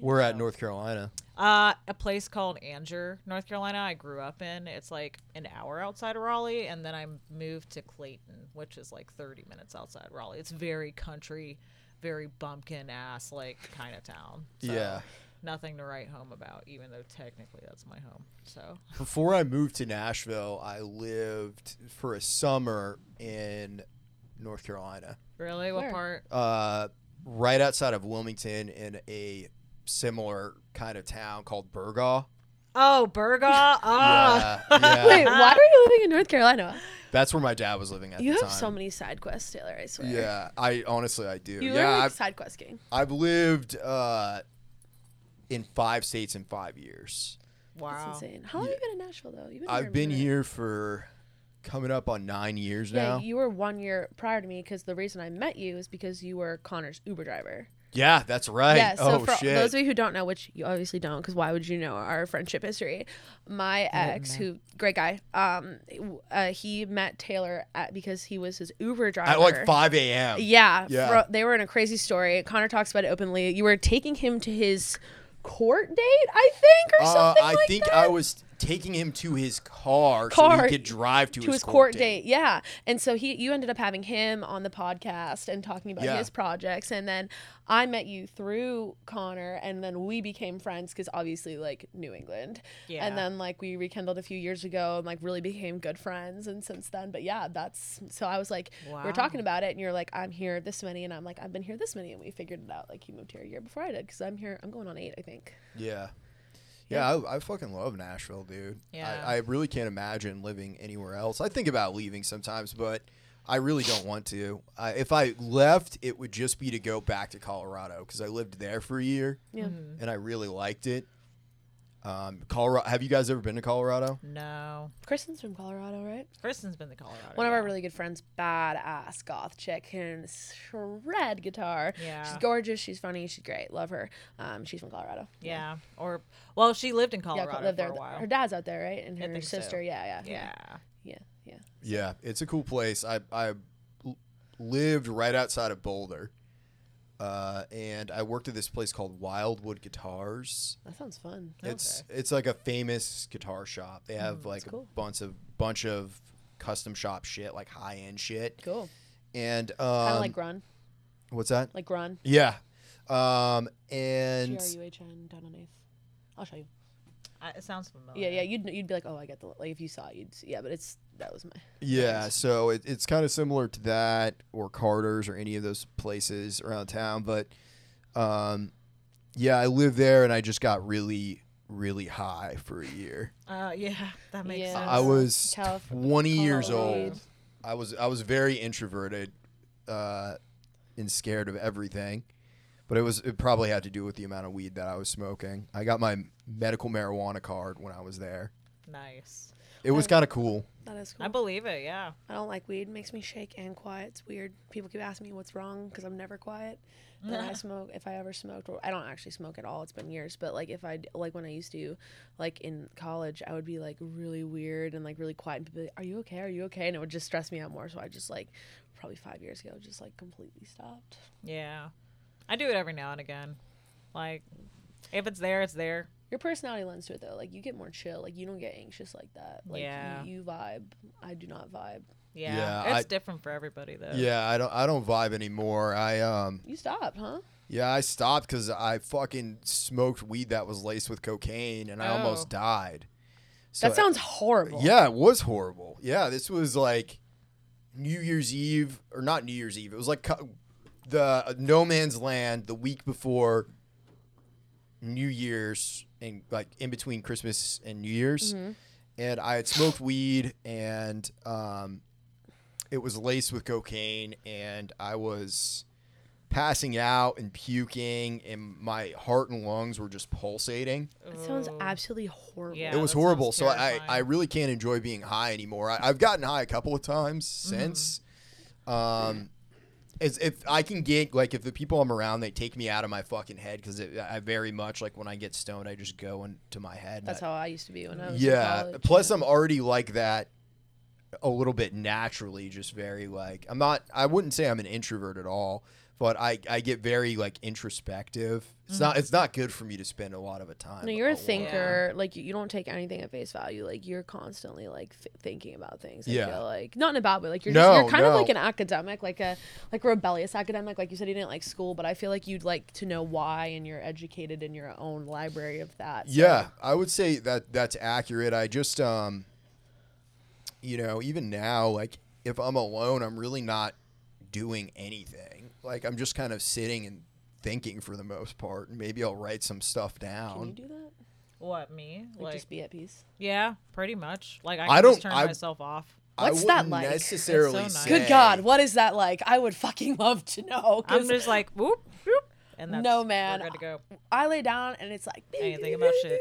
We're at North Carolina. uh, a place called Anger, North Carolina. I grew up in. It's like an hour outside of Raleigh, and then I moved to Clayton, which is like 30 minutes outside Raleigh. It's very country, very bumpkin ass like kind of town. So, Yeah. nothing to write home about, even though technically that's my home. So Before I moved to Nashville, I lived for a summer in North Carolina, really, what Where? part? uh, right outside of Wilmington, in a similar kind of town called Burgaw. Oh, Burgaw. Ah, Yeah, yeah. Wait, why were you living in North Carolina? That's where my dad was living at You the have time. so many side quests, Taylor. I swear. Yeah, I honestly I do. You yeah, are like I've, side quest king. I've lived uh, in five states in five years. wow. That's insane. How long have you been in Nashville though? You've been I've a been minute. here for coming up on nine years Yeah, now. you were one year prior to me because the reason I met you is because you were Connor's Uber driver. yeah, that's right. yeah, so oh for shit. those of you who don't know, which you obviously don't, because why would you know our friendship history? My ex, who great guy, um, w- uh, he met Taylor at, because he was his Uber driver. at like 5 a.m. Yeah, Yeah. fro- they were in a crazy story. Connor talks about it openly. You were taking him to his court date, I think, or Uh, something I like think that. I was taking him to his car, so Car. he could drive to, to his court date. Yeah. And so he you ended up having him on the podcast and talking about Yeah. his projects and then I met you through Connor and then we became friends cuz obviously like New England. Yeah. And then like we rekindled a few years ago and like really became good friends and since then. But yeah, that's so I was like we Wow. we're talking about it and you're like I'm here this many and I'm like I've been here this many and we figured it out like you moved here a year before I did cuz I'm here I'm going on 8 I think. Yeah. Yeah, I, I fucking love Nashville, dude. Yeah. I, I really can't imagine living anywhere else. I think about leaving sometimes, but I really don't want to. I, if I left, it would just be to go back to Colorado because I lived there for a year Yeah. Mm-hmm. and I really liked it. Um, Colorado. Have you guys ever been to Colorado? No, Kristen's from Colorado, right? Kristen's been to Colorado. One of yeah. our really good friends, badass goth chick, can shred guitar. Yeah. She's gorgeous. She's funny. She's great. Love her. Um, she's from Colorado. yeah, or well, she lived in Yeah, Colorado lived for there. a while. Her dad's out there, right? And I her think so. sister. Yeah, yeah, yeah. yeah, yeah. Yeah, it's a cool place. I I l- lived right outside of Boulder, uh, and I worked at this place called Wildwood Guitars. That sounds fun. It's it's like a famous guitar shop. They have like Mm, cool. a bunch of bunch of custom shop shit, like high end shit. Cool. And um, Kind of like Grun, what's that? like Grun. Yeah, um, G and R U H N down on Eighth. I'll show you. I, it sounds familiar. Yeah, yeah. You'd you'd be like, oh, I get the like if you saw it, you'd see. yeah, but it's that was my yeah, so it, it's kind of similar to that or Carter's or any of those places around town. But um, yeah, I lived there and I just got really really high for a year. Uh, yeah, that makes Yeah. sense. I was Calif- 20 years Colorado. old. I was I was very introverted uh, and scared of everything, but it was it probably had to do with the amount of weed that I was smoking. I got my medical marijuana card when I was there. nice. It was kind of cool. That is cool. I believe it. Yeah. I don't like weed. It makes me shake and quiet. It's weird. People keep asking me what's wrong because I'm never quiet. Then I smoke if I ever smoked. Or I don't actually smoke at all. It's been years. But like if I d- like when I used to, like in college, I would be like really weird and like really quiet. And people be like, "Are you okay? Are you okay?" And it would just stress me out more. So I just like probably five years ago just like completely stopped. Yeah. I do it every now and again. Like, if it's there, it's there. Your personality lends to it though. Like you get more chill. Like you don't get anxious like that. Like Yeah. you, you vibe. I do not vibe. Yeah. Yeah, it's I- different for everybody, though. Yeah, I don't I don't vibe anymore. I um You stopped, huh? yeah, I stopped cuz I fucking smoked weed that was laced with cocaine and I almost Oh. died. So that sounds horrible. Yeah, it was horrible. Yeah, this was like New Year's Eve or not New Year's Eve. It was like co- the uh, no man's land the week before New Year's and like in between Christmas and New Year's. And I had smoked weed and um it was laced with cocaine and I was passing out and puking and my heart and lungs were just pulsating. That sounds Ooh. absolutely horrible. Yeah. It was that sounds horrible. So I, I terrifying. really can't enjoy being high anymore. I, I've gotten high a couple of times since. Mm-hmm. Um, is if I can get like if the people I'm around they take me out of my fucking head because I very much like when I get stoned I just go into my head. and That's I- how I used to be when I was yeah. In college. Plus yeah. I'm already like that a little bit naturally, just very like I'm not. I wouldn't say I'm an introvert at all. But I, I get very like introspective. It's not it's not good for me to spend a lot of a time. Mm-hmm. no, you're a alone. thinker. Like you, you don't take anything at face value. Like you're constantly like f- thinking about things. I Yeah. feel like not in a bad way. Like you're No, just, you're kind no. of like an academic, like a like rebellious academic. Like you said, you didn't like school, but I feel like you'd like to know why, and you're educated in your own library of that. So Yeah, I would say that that's accurate. I just um you know, even now like if I'm alone, I'm really not doing anything. Like I'm just kind of sitting and thinking for the most part. and Maybe I'll write some stuff Can you down. do that? What, me? Like, Like, just be at peace. yeah, pretty much. Like, I, I can just don't- turn I- myself off. What's I that wouldn't like? It's so Necessarily nice. say- Good God, what is that like? I would fucking love to know. I'm 'cause just like, whoop, whoop. And that's, No, man. We're good to go. I lay down and it's like I ain't thinking about shit.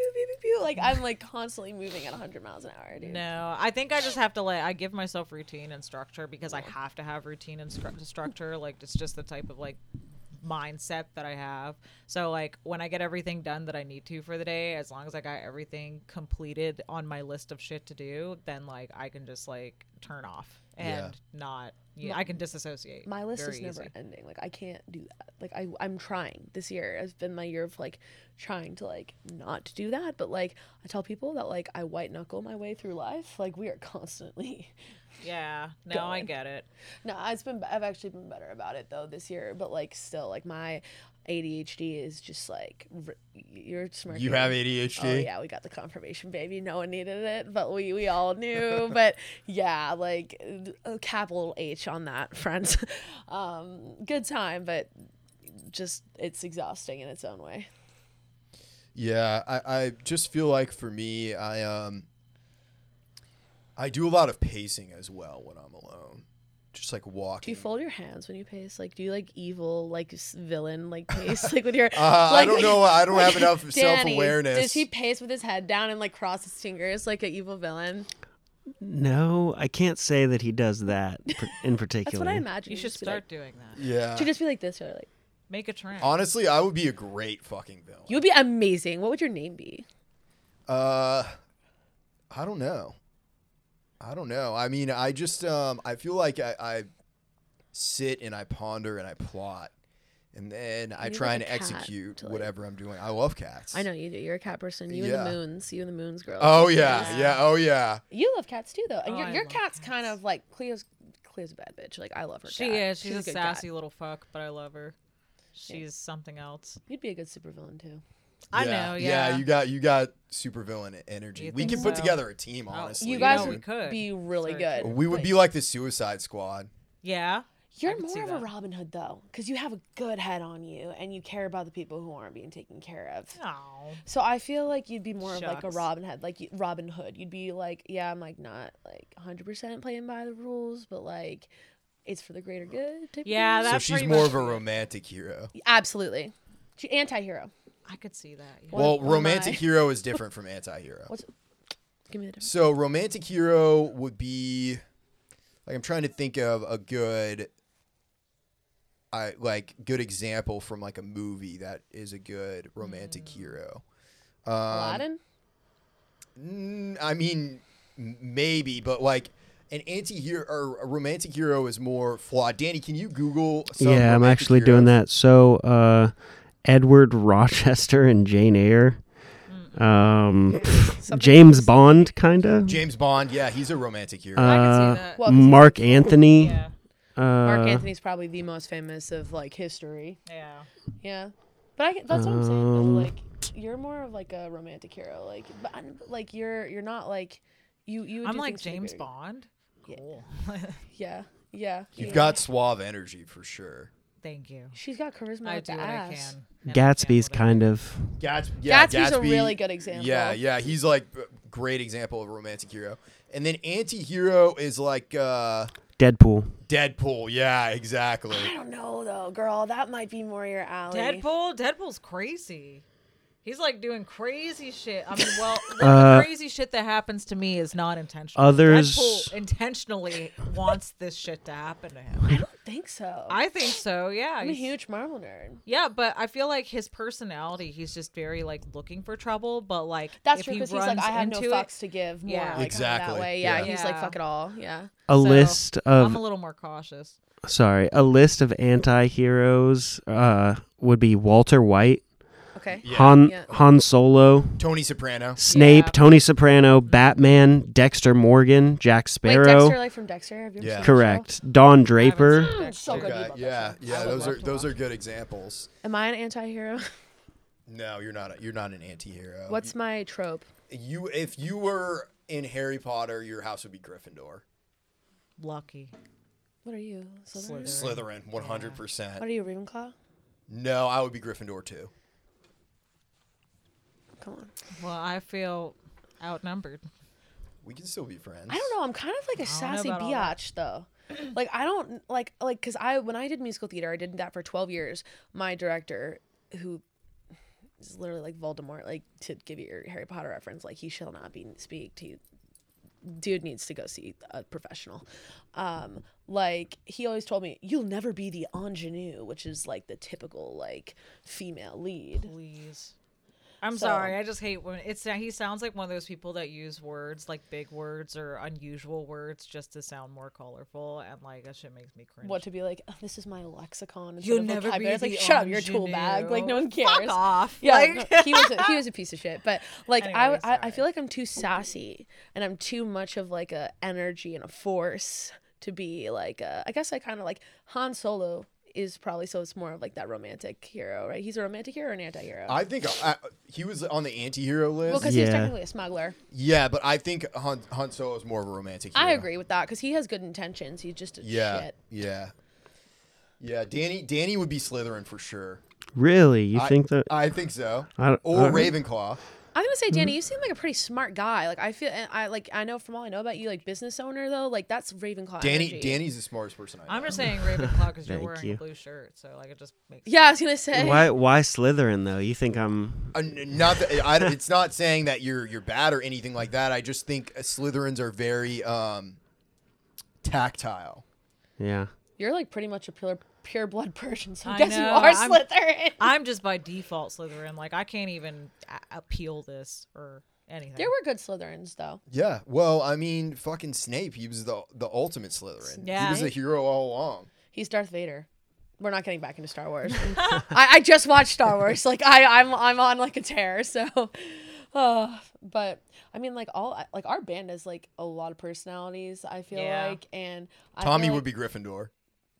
Like I'm like constantly moving at 100 miles an hour, dude. No, I think I just have to like I give myself routine and structure because I have to have routine and stru- structure. Like it's just the type of like mindset that I have. So like when I get everything done that I need to for the day, as long as I got everything completed on my list of shit to do, then like I can just like turn off Yeah. and not. Yeah, I can disassociate. My list very is never easy. ending. Like I can't do that. Like I I'm trying. This year has been my year of like trying to like not do that, but like I tell people that like I white knuckle my way through life. Like we are constantly Yeah, no, I going. get it. No, it's been I've actually been better about it though this year, but like still like my ADHD is just like r- you're smirking. You have ADHD? Oh yeah, we got the confirmation, baby. No one needed it, but we we all knew. but yeah, like uh, a capital H on that front. um, good time, but just it's exhausting in its own way. Yeah, I, I just feel like for me, I um I do a lot of pacing as well when I'm alone. Just like walking. Do you fold your hands when you pace? Like, do you like evil, like s- villain, like pace, like with your? Uh, I like- don't know. I don't have enough Danny, self-awareness. Does he pace with his head down and like cross his fingers like an evil villain? No, I can't say that he does that pr- in particular. That's what I imagine. You should just be like- start doing that. Yeah. should just be like this, or like Make a trend. Honestly, I would be a great fucking villain. you would be amazing. What would your name be? uh, I don't know. I don't know. I mean, I just um, I feel like I, I sit and I ponder and I plot, and then I need, try like, and a cat execute to, like- whatever I'm doing. I love cats. I know you do. You're a cat person. You Yeah. and the moons. You and the moons, girl. Oh yeah, Yeah. yeah. Oh yeah. you love cats too, though. And Oh, your I your love cat's kind cats. of like Cleo's. Cleo's a bad bitch. Like I love her. she cat. is. She's, a good cat. sassy little fuck, but I love her. She's something else. You'd be a good supervillain too. I know. Yeah. you got you got supervillain energy. You we think can put so? together a team, honestly. Oh, You you guys know, we would could. be really Sorry. good. we would But be like the Suicide Squad. Yeah. I You're could see more of a that. Robin Hood though, because you have a good head on you, and you care about the people who aren't being taken care of. Oh. So I feel like you'd be more of like a Shucks. Robin Hood, like you- Robin Hood. You'd be like, yeah, I'm like not like 100% playing by the rules, but like it's for the greater good. type of Yeah, thing. So That's she's pretty more much of a it. romantic hero. absolutely. She anti-hero. I could see that. Yeah. What- Well, what am romantic I? hero is different from anti-hero. What's Give me the difference. So romantic hero would be like I'm trying to think of a good I like good example from like a movie that is a good romantic Mm. hero. Um, Aladdin? n- I mean m- maybe, but like an anti-hero or a romantic hero is more flawed. Danny, can you Google? Some yeah, I'm romantic actually doing heroes? that. So, uh, Edward Rochester and Jane Eyre, um, James Bond, kind of. James Bond. Yeah, he's a romantic hero. I can Uh, see that. Well, 'cause Mark Anthony. yeah. Uh, Mark Anthony's probably the most famous of like history. Yeah. Yeah, but I, that's what I'm saying. Though. Um, Like you're more of like a romantic hero. Like, but I'm, like you're you're not like you you. would I'm do like things for the James greater- Bond. Cool. Yeah, yeah. You've yeah. got suave energy for sure. Thank you. She's got charisma. I with do the what I ass. can. and I can't Gatsby's hold it. kind of. Gats- yeah, Gatsby's a Gatsby- really good example. Yeah, yeah, he's like a great example of a romantic hero. And then anti-hero is like uh Deadpool. Deadpool. Yeah, exactly. I don't know though, girl. That might be more your alley. Deadpool. Deadpool's crazy. He's like doing crazy shit. I mean, well, Uh, the crazy shit that happens to me is not intentional. Others- Deadpool intentionally wants this shit to happen to him. I don't think so. I, I think so. Yeah. am a he's- huge Marvel nerd. Yeah, but I feel like his personality, he's just very like looking for trouble, but like That's if true he because runs he's like, I have no into it, fucks to give. More, Yeah. like, exactly. Exactly, That way, yeah, yeah. He's like, Yeah. fuck it all. Yeah. A So, list I'm of a little more cautious. sorry, a list of anti-heroes uh, would be Walter White, Okay. Yeah. Han Yeah. Han Solo, Tony Soprano. Snape, Yeah. Tony Soprano, Batman, Dexter Morgan, Jack Wait, Sparrow. Dexter, like from Dexter. Have you ever Yeah. seen that show? Correct. Don Draper. I haven't It's Mm, so seen good. Okay, Dexter. love that yeah, show. I yeah, would those love are to those watch are good examples. Am I an antihero? No, you're not. A, you're not an anti-hero. What's my trope? you? If you were in Harry Potter, your house would be Gryffindor, Lucky. What are you? Slytherin. Slytherin? Slytherin, 100. What are percent you, Ravenclaw? No, I would be Gryffindor too. Come on. Well, I feel outnumbered. We can still be friends. I don't know. I'm kind of like a know sassy about all that. biatch though. Like I don't like like because I when I did musical theater, I did that for 12 years. My director, who is literally like Voldemort, like to give you your Harry Potter reference, like he shall not be speak to you. Dude needs to go see a professional. Um, like he always told me, you'll never be the ingenue, which is like the typical like female lead. Please. I'm So- sorry. I just hate when it's he sounds like one of those people that use words like big words or unusual words just to sound more colorful, and like that shit makes me cringe. What to be like? "Oh, this is my lexicon. instead You'll of never be vocabulary." It's the like shut up, your tool ingenue. bag. Like no one cares. Fuck off. Yeah, Like- no, he was a, he was a piece of shit. But like I, Anyway, I I sorry. feel like I'm too sassy and I'm too much of like a energy and a force to be like a, I guess I kind of like Han Solo is probably so it's more of like that romantic hero, right? He's a romantic hero or an anti-hero. I think I, he was on the anti-hero list. well, because he's Yeah. technically a smuggler. yeah, but I think Han, Han Solo is more of a romantic. hero. I agree with that because he has good intentions. He's just a Yeah, shit. yeah, yeah. Danny, Danny would be Slytherin for sure. Really? You I think that? I think so. I don't- or I don't- Ravenclaw. I'm gonna say, Mm-hmm. Danny, you seem like a pretty smart guy. Like I feel, and I like I know from all I know about you, like business owner though, like that's Ravenclaw. Danny, energy. Danny's the smartest person I know. I'm just saying Ravenclaw because you're Thank wearing you. a blue shirt, so like it just makes Yeah, I was gonna say. Why? Why Slytherin though? You think I'm? Uh, n- not that, I, it's not saying that you're you're bad or anything like that. I just think uh, Slytherins are very um, tactile. Yeah. You're like pretty much a pure pure blood Persian, so I, I guess you know, are I'm- Slytherin. I'm just by default Slytherin. Like I can't even a- appeal this or anything. there were good Slytherins though. Yeah. Well, I mean, fucking Snape. He was the the ultimate Slytherin. He Yeah. was a hero all along. He's Darth Vader. We're not getting back into Star Wars. I, I just watched Star Wars. Like I, I'm I'm on like a tear. So, uh, but I mean, like all like our band is like a lot of personalities. I feel Yeah. like, and I feel Tommy like would be Gryffindor.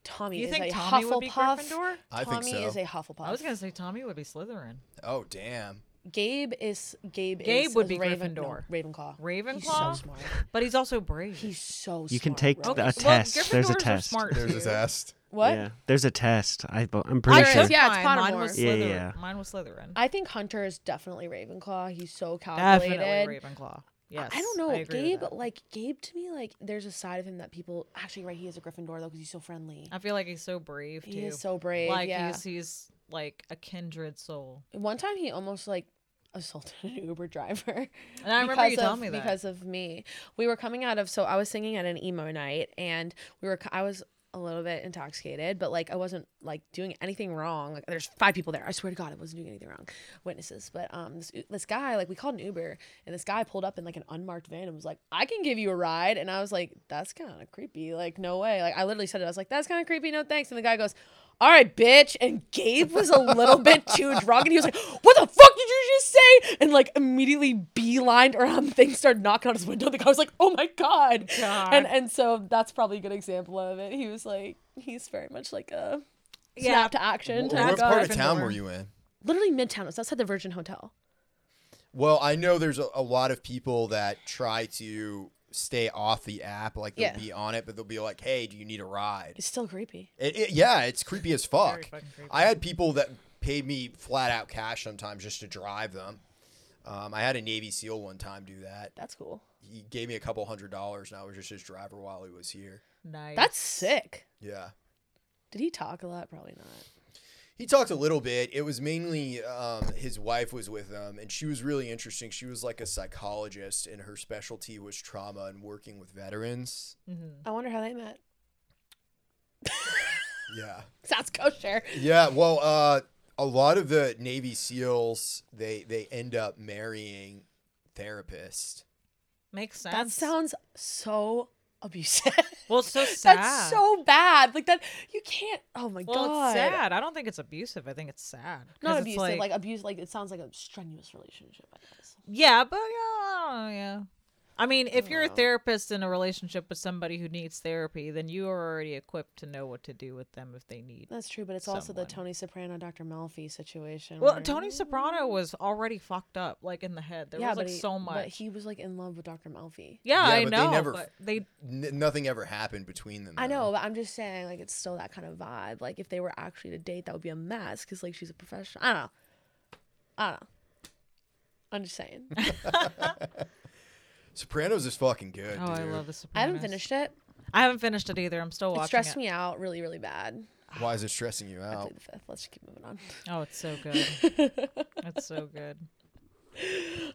Tommy you is think a Tommy Hufflepuff. would be Gryffindor? I think Tommy is so. a Hufflepuff. I was gonna say Tommy would be Slytherin. Oh damn. Gabe is Gabe. Gabe is, would is be Raven, no, Gryffindor. Ravenclaw. He's so Ravenclaw? smart. But he's also brave. He's so. You can smart, take bro. the- a well, test. There's a Gryffindors are test. smart, There's a too. test. What? Yeah. There's a test. I, bu- I'm I pretty sure. took Yeah, it's mine. Mine Pottermore. was Yeah, Slytherin. yeah. Mine was Slytherin. I think Hunter is definitely Ravenclaw. He's so calculated. Definitely Ravenclaw. Yes. I don't know, agree with Gabe. that. Like Gabe, to me, like there's a side of him that people actually right. He is a Gryffindor though because he's so friendly. I feel like he's so brave too. He is so brave. like yeah. he's he's like a kindred soul. One time he almost like assaulted an Uber driver. And I remember you because telling of- me that. because of me. We were coming out of so I was singing at an emo night, and we were co- I was a little bit intoxicated, but like I wasn't like doing anything wrong. Like there's five people there. I swear to God, I wasn't doing anything wrong. Witnesses, but um, this, this guy like we called an Uber, and this guy pulled up in like an unmarked van and was like, "I can give you a ride," and I was like, "That's kind of creepy. Like no way." Like I literally said it. I was like, "That's kind of creepy. No thanks." And the guy goes. All right, bitch. And Gabe was a little bit too drunk, and he was like, "What the fuck did you just say?" And like immediately beelined around, things started knocking on his window. The guy was like, "Oh my god!" God. And and so that's probably a good example of it. He was like, he's very much like a Yeah. snap to action type Well, What Taco part of Gryffindor. town were you in? Literally Midtown. It's outside the Virgin Hotel. Well, I know there's a, a lot of people that try to stay off the app, like they'll Yeah. be on it, but they'll be like, "Hey, do you need a ride?" It's still creepy. It, it- yeah, it's creepy as Very fuck. fucking creepy. I had people that paid me flat out cash sometimes just to drive them. Um, I had a Navy SEAL one time do that. That's cool. He gave me a couple hundred dollars, and I was just his driver while he was here. Nice. That's sick. Yeah. Did he talk a lot? Probably not. He talked a little bit. It was mainly um, his wife was with him, and she was really interesting. She was like a psychologist, and her specialty was trauma and working with veterans. Mhm. I wonder how they met. Yeah, Sounds kosher. yeah. Well, uh, a lot of the Navy SEAls they they end up marrying therapists. Makes sense. That sounds so abusive. well, it's so sad. That's so bad. Like that, you can't. Oh my well, god. it's sad. I don't think it's abusive. I think it's sad. 'Cause Not it's abusive. Like, abuse. Like it sounds like a strenuous relationship. I guess. Yeah, but yeah, yeah. I mean, if you're a therapist in a relationship with somebody who needs therapy, then you are already equipped to know what to do with them if they need. That's true, but it's also the someone. Tony Soprano, Dr. Melfi situation. Well, where- Tony Soprano was already fucked up, like in the head. There was but like he- so But much. he was like in love with Dr. Melfi. yeah, Yeah, I but they know. never- but they N- nothing ever happened between them. I though. know, but I'm just saying, like, it's still that kind of vibe. Like, if they were actually to date, that would be a mess because, like, she's a professional. I don't know. I don't know. I'm just saying. Sopranos is fucking good. Oh, I dude. love the I Sopranos. haven't finished it. I haven't finished it either. I'm still watching It stressed it. me out really, really bad. Why is it stressing you I out? played the fifth. Let's just keep moving on. Oh, it's so good. it's so good.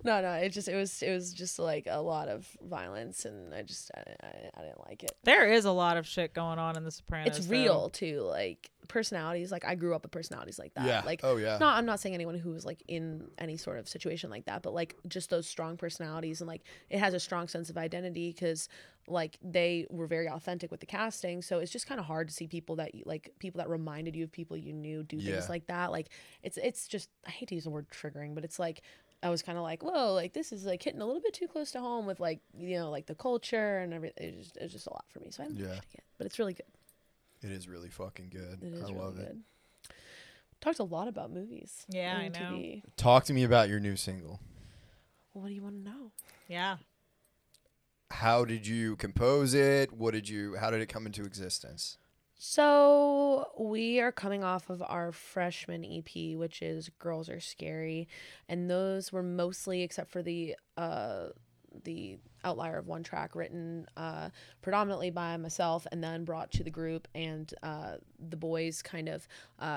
No, no, it just it was it was just like a lot of violence, and I just I, I, I didn't like it. There is a lot of shit going on in The Sopranos. it's though. real too like personalities like i grew up with personalities like that Yeah. like Oh, yeah. no i'm not saying anyone who was like in any sort of situation like that but like just those strong personalities and like it has a strong sense of identity because like they were very authentic with the casting so it's just kind of hard to see people that you like people that reminded you of people you knew do Yeah. things like that like it's it's just i hate to use the word triggering but it's like I was kind of like, whoa, like this is like hitting a little bit too close to home with like, you know, like the culture and everything. It was just, it was just a lot for me. So I haven't Yeah. yeah. it yet, but it's really good. It is really fucking good. It is I really love it. good. Talked a lot about movies. Yeah, and I know. TV. Talk to me about your new single. Well, what do you want to know? Yeah. How did you compose it? What did you? How did it come into existence? So we are coming off of our freshman EP, which is "Girls Are Scary," and those were mostly, except for the uh, the outlier of one track, written uh, predominantly by myself, and then brought to the group and uh, the boys, kind of,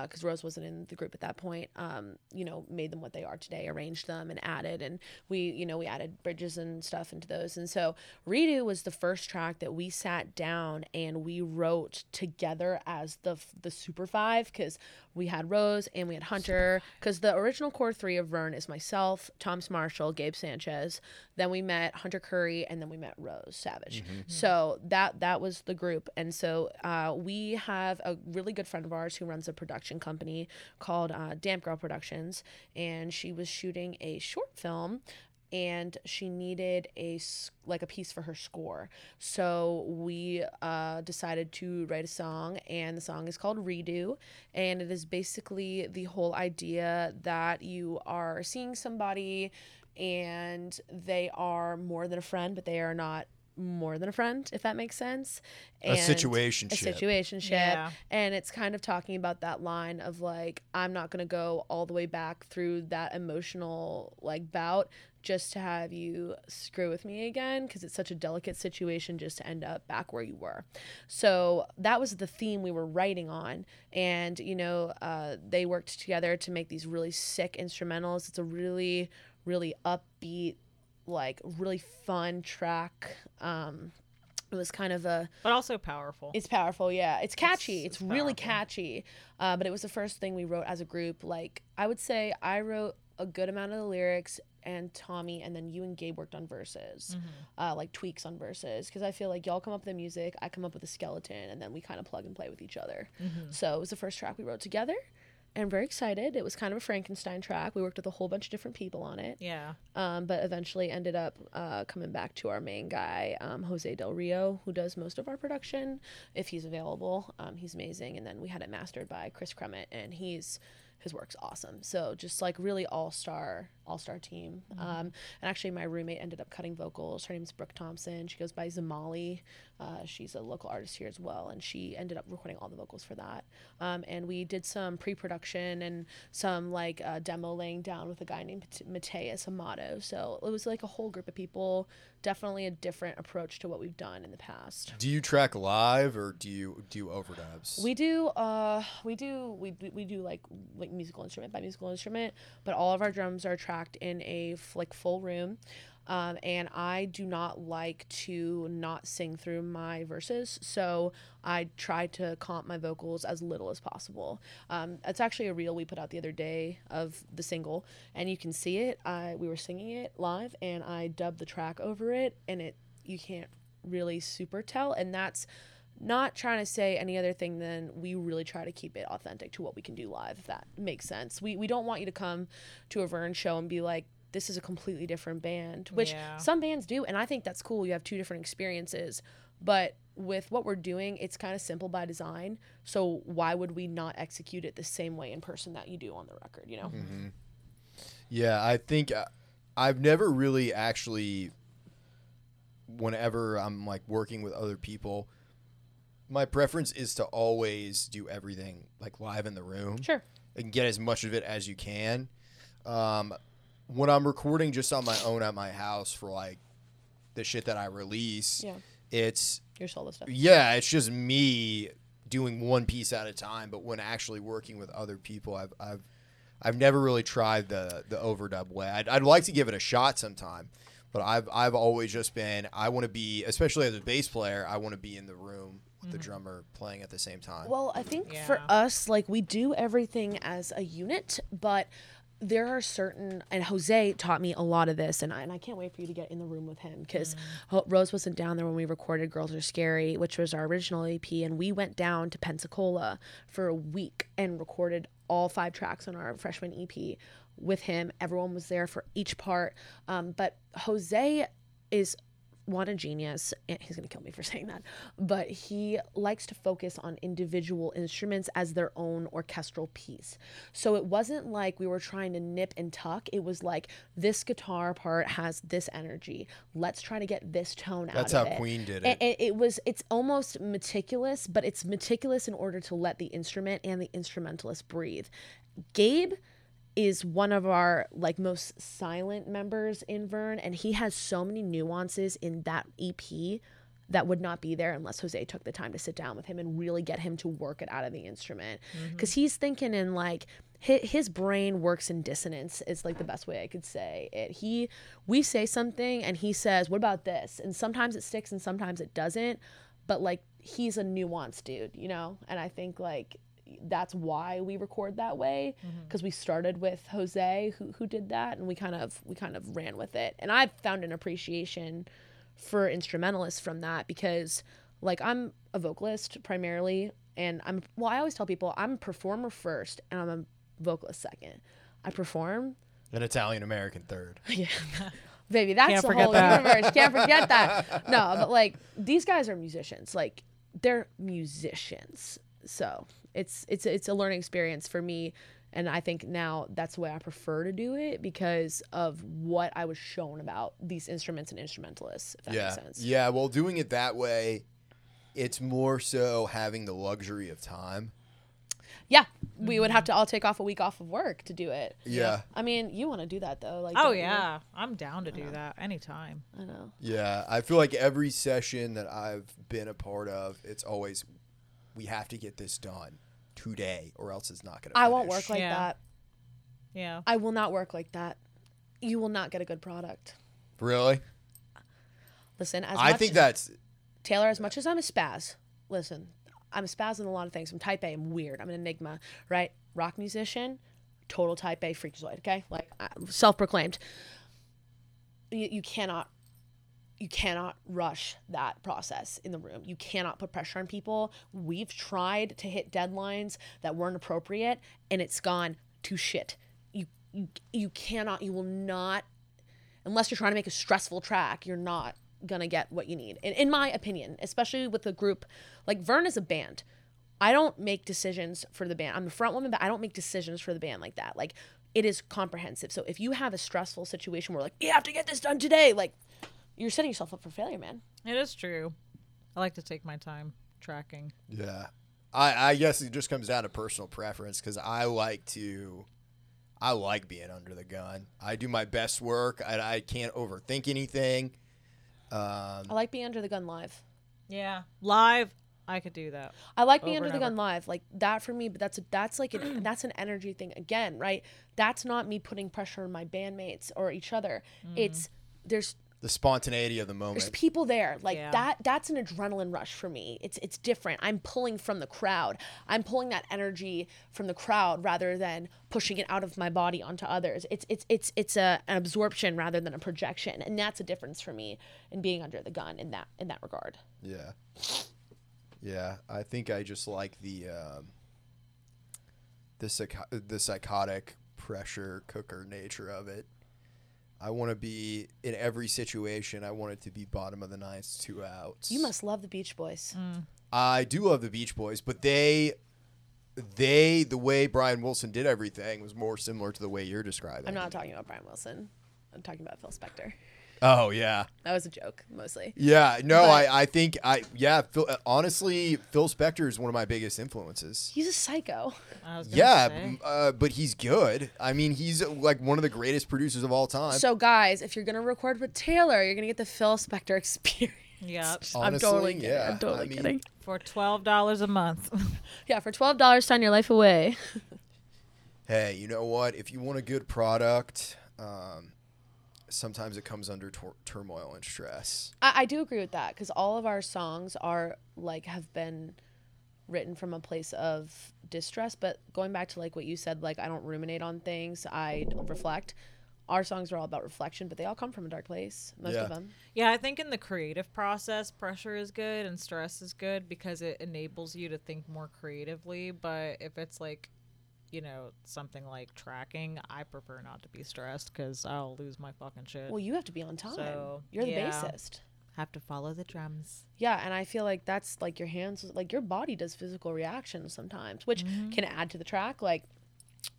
because Rose wasn't in the group at that point. Um, you know, made them what they are today, arranged them, and added, and we, you know, we added bridges and stuff into those, and so Redo was the first track that we sat down and we wrote together as the f- the Super Five because we had Rose and we had Hunter because the original core three of Vern is myself, Thomas Marshall, Gabe Sanchez. Then we met Hunter Curry and then we met Rose Savage. So that that was the group, and so uh, we have a really good friend of ours who runs a production company called uh, Damp Girl Productions, and she was shooting a short film and she needed a s- like a piece for her score so we uh, decided to write a song and the song is called redo and it is basically the whole idea that you are seeing somebody and they are more than a friend but they are not more than a friend, if that makes sense. A situationship. A situationship. Yeah. And it's kind of talking about that line of like, I'm not going to go all the way back through that emotional like bout just to have you screw with me again because it's such a delicate situation just to end up back where you were. So that was the theme we were writing on. And, you know, uh, they worked together to make these really sick instrumentals. It's a really, really upbeat, like really fun track. Um, it was kind of a but also powerful. it's powerful, yeah. It's catchy. it's It's, really powerful. catchy. Uh, but it was the first thing we wrote as a group. Like I would say, I wrote a good amount of the lyrics, and Tommy, and then you and Gabe worked on verses, uh, like tweaks on verses, because I feel like y'all come up with the music, I come up with the skeleton, and then we kind of plug and play with each other. So it was the first track we wrote together. And I'm very excited. It was kind of a Frankenstein track. We worked with a whole bunch of different people on it yeah. um, but eventually ended up uh, coming back to our main guy, um, Jose Del Rio, who does most of our production if he's available. Um, he's amazing. And then we had it mastered by Chris Kremet, and he's his work's awesome. So just like really all star, all star team. Um, and actually, my roommate ended up cutting vocals. Her name's Brooke Thompson. She goes by Zamali. Uh, she's a local artist here as well, and she ended up recording all the vocals for that. Um, and we did some pre-production and some like uh, demo laying down with a guy named Mate- Mateus Amato. So it was like a whole group of people. Definitely a different approach to what we've done in the past. Do you track live or do you do overdubs? We do, uh, we do, we, do- we do like like musical instrument by musical instrument, but all of our drums are tracked in a f- like full room, um, and I do not like to not sing through my verses, so I try to comp my vocals as little as possible. Um, it's actually a reel we put out the other day of the single, and you can see it. I we were singing it live, and I dubbed the track over it, and it you can't really super tell, and that's not trying to say any other thing than we really try to keep it authentic to what we can do live if that makes sense we, we don't want you to come to a vern show and be like this is a completely different band which Yeah. some bands do and i think that's cool you have two different experiences but with what we're doing it's kind of simple by design so why would we not execute it the same way in person that you do on the record you know Yeah, I think uh, I've never really actually, whenever I'm like working with other people, my preference is to always do everything like live in the room sure and get as much of it as you can. Um, when I'm recording just on my own at my house for like the shit that I release, Yeah. it's your solo stuff yeah, it's just me doing one piece at a time. But when actually working with other people, I've I've I've never really tried the the overdub way. I'd, I'd like to give it a shot sometime, but I've I've always just been I want to be, especially as a bass player, I want to be in the room with the drummer playing at the same time. Mm-hmm. Well, I think for Yeah. us, like we do everything as a unit, but there are certain, and Jose taught me a lot of this, and I, and I can't wait for you to get in the room with him because Rose wasn't down there when we recorded Girls Are Scary, which was our original EP, and we went down to Pensacola for a week and recorded all five tracks on our freshman EP with him. Everyone was there for each part, um, but Jose is one a genius and he's going to kill me for saying that but he likes to focus on individual instruments as their own orchestral piece so it wasn't like we were trying to nip and tuck it was like this guitar part has this energy let's try to get this tone That's out of how it. Queen did A- it. and it was it's almost meticulous but it's meticulous in order to let the instrument and the instrumentalist breathe gabe is one of our like most silent members in vern and he has so many nuances in that ep that would not be there unless Jose took the time to sit down with him and really get him to work it out of the instrument. Because he's thinking in like, his, his brain works in dissonance is like the best way I could say it. He, we say something and he says, what about this? And sometimes it sticks and sometimes it doesn't. But like, he's a nuanced dude, you know? And I think like, that's why we record that way because we started with Jose who, who did that and we kind of we kind of ran with it and I've found an appreciation for instrumentalists from that because like I'm a vocalist primarily and I'm well I always tell people I'm a performer first and I'm a vocalist second. I perform An Italian American third. baby that's Can't the forget whole that. universe can't forget that no but like these guys are musicians like they're musicians so it's it's it's a learning experience for me And I think now that's the way I prefer to do it because of what I was shown about these instruments and instrumentalists, if that yeah. makes sense. Yeah. Well, doing it that way, it's more so having the luxury of time. Yeah, we would have to all take off a week off of work to do it. Yeah. I mean, you want to do that though, like Oh don't you? yeah, I'm down to do that anytime. I know. Yeah. I feel like every session that I've been a part of, it's always we have to get this done today or else it's not going to I won't work like Yeah. that. Yeah. I will not work like that. You will not get a good product. Really? Listen, as I much think as- that's Taylor, as much as I'm a spaz, listen, I'm a spaz in a lot of things. I'm type A. I'm weird. I'm an enigma, right? Rock musician, total type A freakazoid. Okay, like self proclaimed. You, you cannot, you cannot rush that process in the room. You cannot put pressure on people. We've tried to hit deadlines that weren't appropriate, and it's gone to shit. You you, you cannot. You will not unless you're trying to make a stressful track, you're not gonna get what you need. In, in my opinion, especially with a group like Vern is a band. I don't make decisions for the band. I'm the front woman, but I don't make decisions for the band like that. Like it is comprehensive. So if you have a stressful situation where like you have to get this done today, like you're setting yourself up for failure, man. It is true. I like to take my time tracking. Yeah. I, I guess it just comes down to personal preference because I like to, I like being under the gun. I do my best work. I, I can't overthink anything. Um, I like being under the gun live. Yeah. Live, I could do that. I like being Over under and the gun live like that for me, but that's a, that's like an, that's an energy thing again, right? That's not me putting pressure on my bandmates or each other. Mm. It's there's the spontaneity of the moment. there's people there like Yeah. that that's an adrenaline rush for me it's it's different i'm pulling from the crowd i'm pulling that energy from the crowd rather than pushing it out of my body onto others it's it's it's it's a, an absorption rather than a projection and that's a difference for me in being under the gun in that in that regard Yeah. Yeah, I think I just like the um, the psycho- the psychotic pressure cooker nature of it. I want to be in every situation. I want it to be bottom of the ninth, two outs. you must love the beach boys I do love the Beach Boys, but they, they the way Brian Wilson did everything was more similar to the way you're describing. i'm not talking about brian wilson i'm talking about phil spector Oh yeah. that was a joke mostly Yeah. No, But- I I think I yeah. Phil, honestly, Phil Spector is one of my biggest influences. he's a psycho I was gonna Yeah, say. m- uh, but he's good. I mean, he's uh, like one of the greatest producers of all time. so guys if you're gonna record with taylor you're gonna get the phil spector experience Yeah. Honestly, i'm totally kidding yeah, i'm totally I mean- kidding For twelve dollars a month. Yeah, for twelve dollars, sign your life away. hey, you know what? If you want a good product, um, sometimes it comes under tor- turmoil and stress. I, I do agree with that because all of our songs are like have been written from a place of distress. But going back to like what you said, like I don't ruminate on things. I don't reflect. Our songs are all about reflection, but they all come from a dark place. Most of Yeah. them. yeah, I think in the creative process, pressure is good and stress is good because it enables you to think more creatively. But if it's like, you know, something like tracking, I prefer not to be stressed because I'll lose my fucking shit. Well, you have to be on time. So, You're the yeah. bassist. Have to follow the drums. Yeah, and I feel like that's like your hands, like your body does physical reactions sometimes, which can add to the track. Like,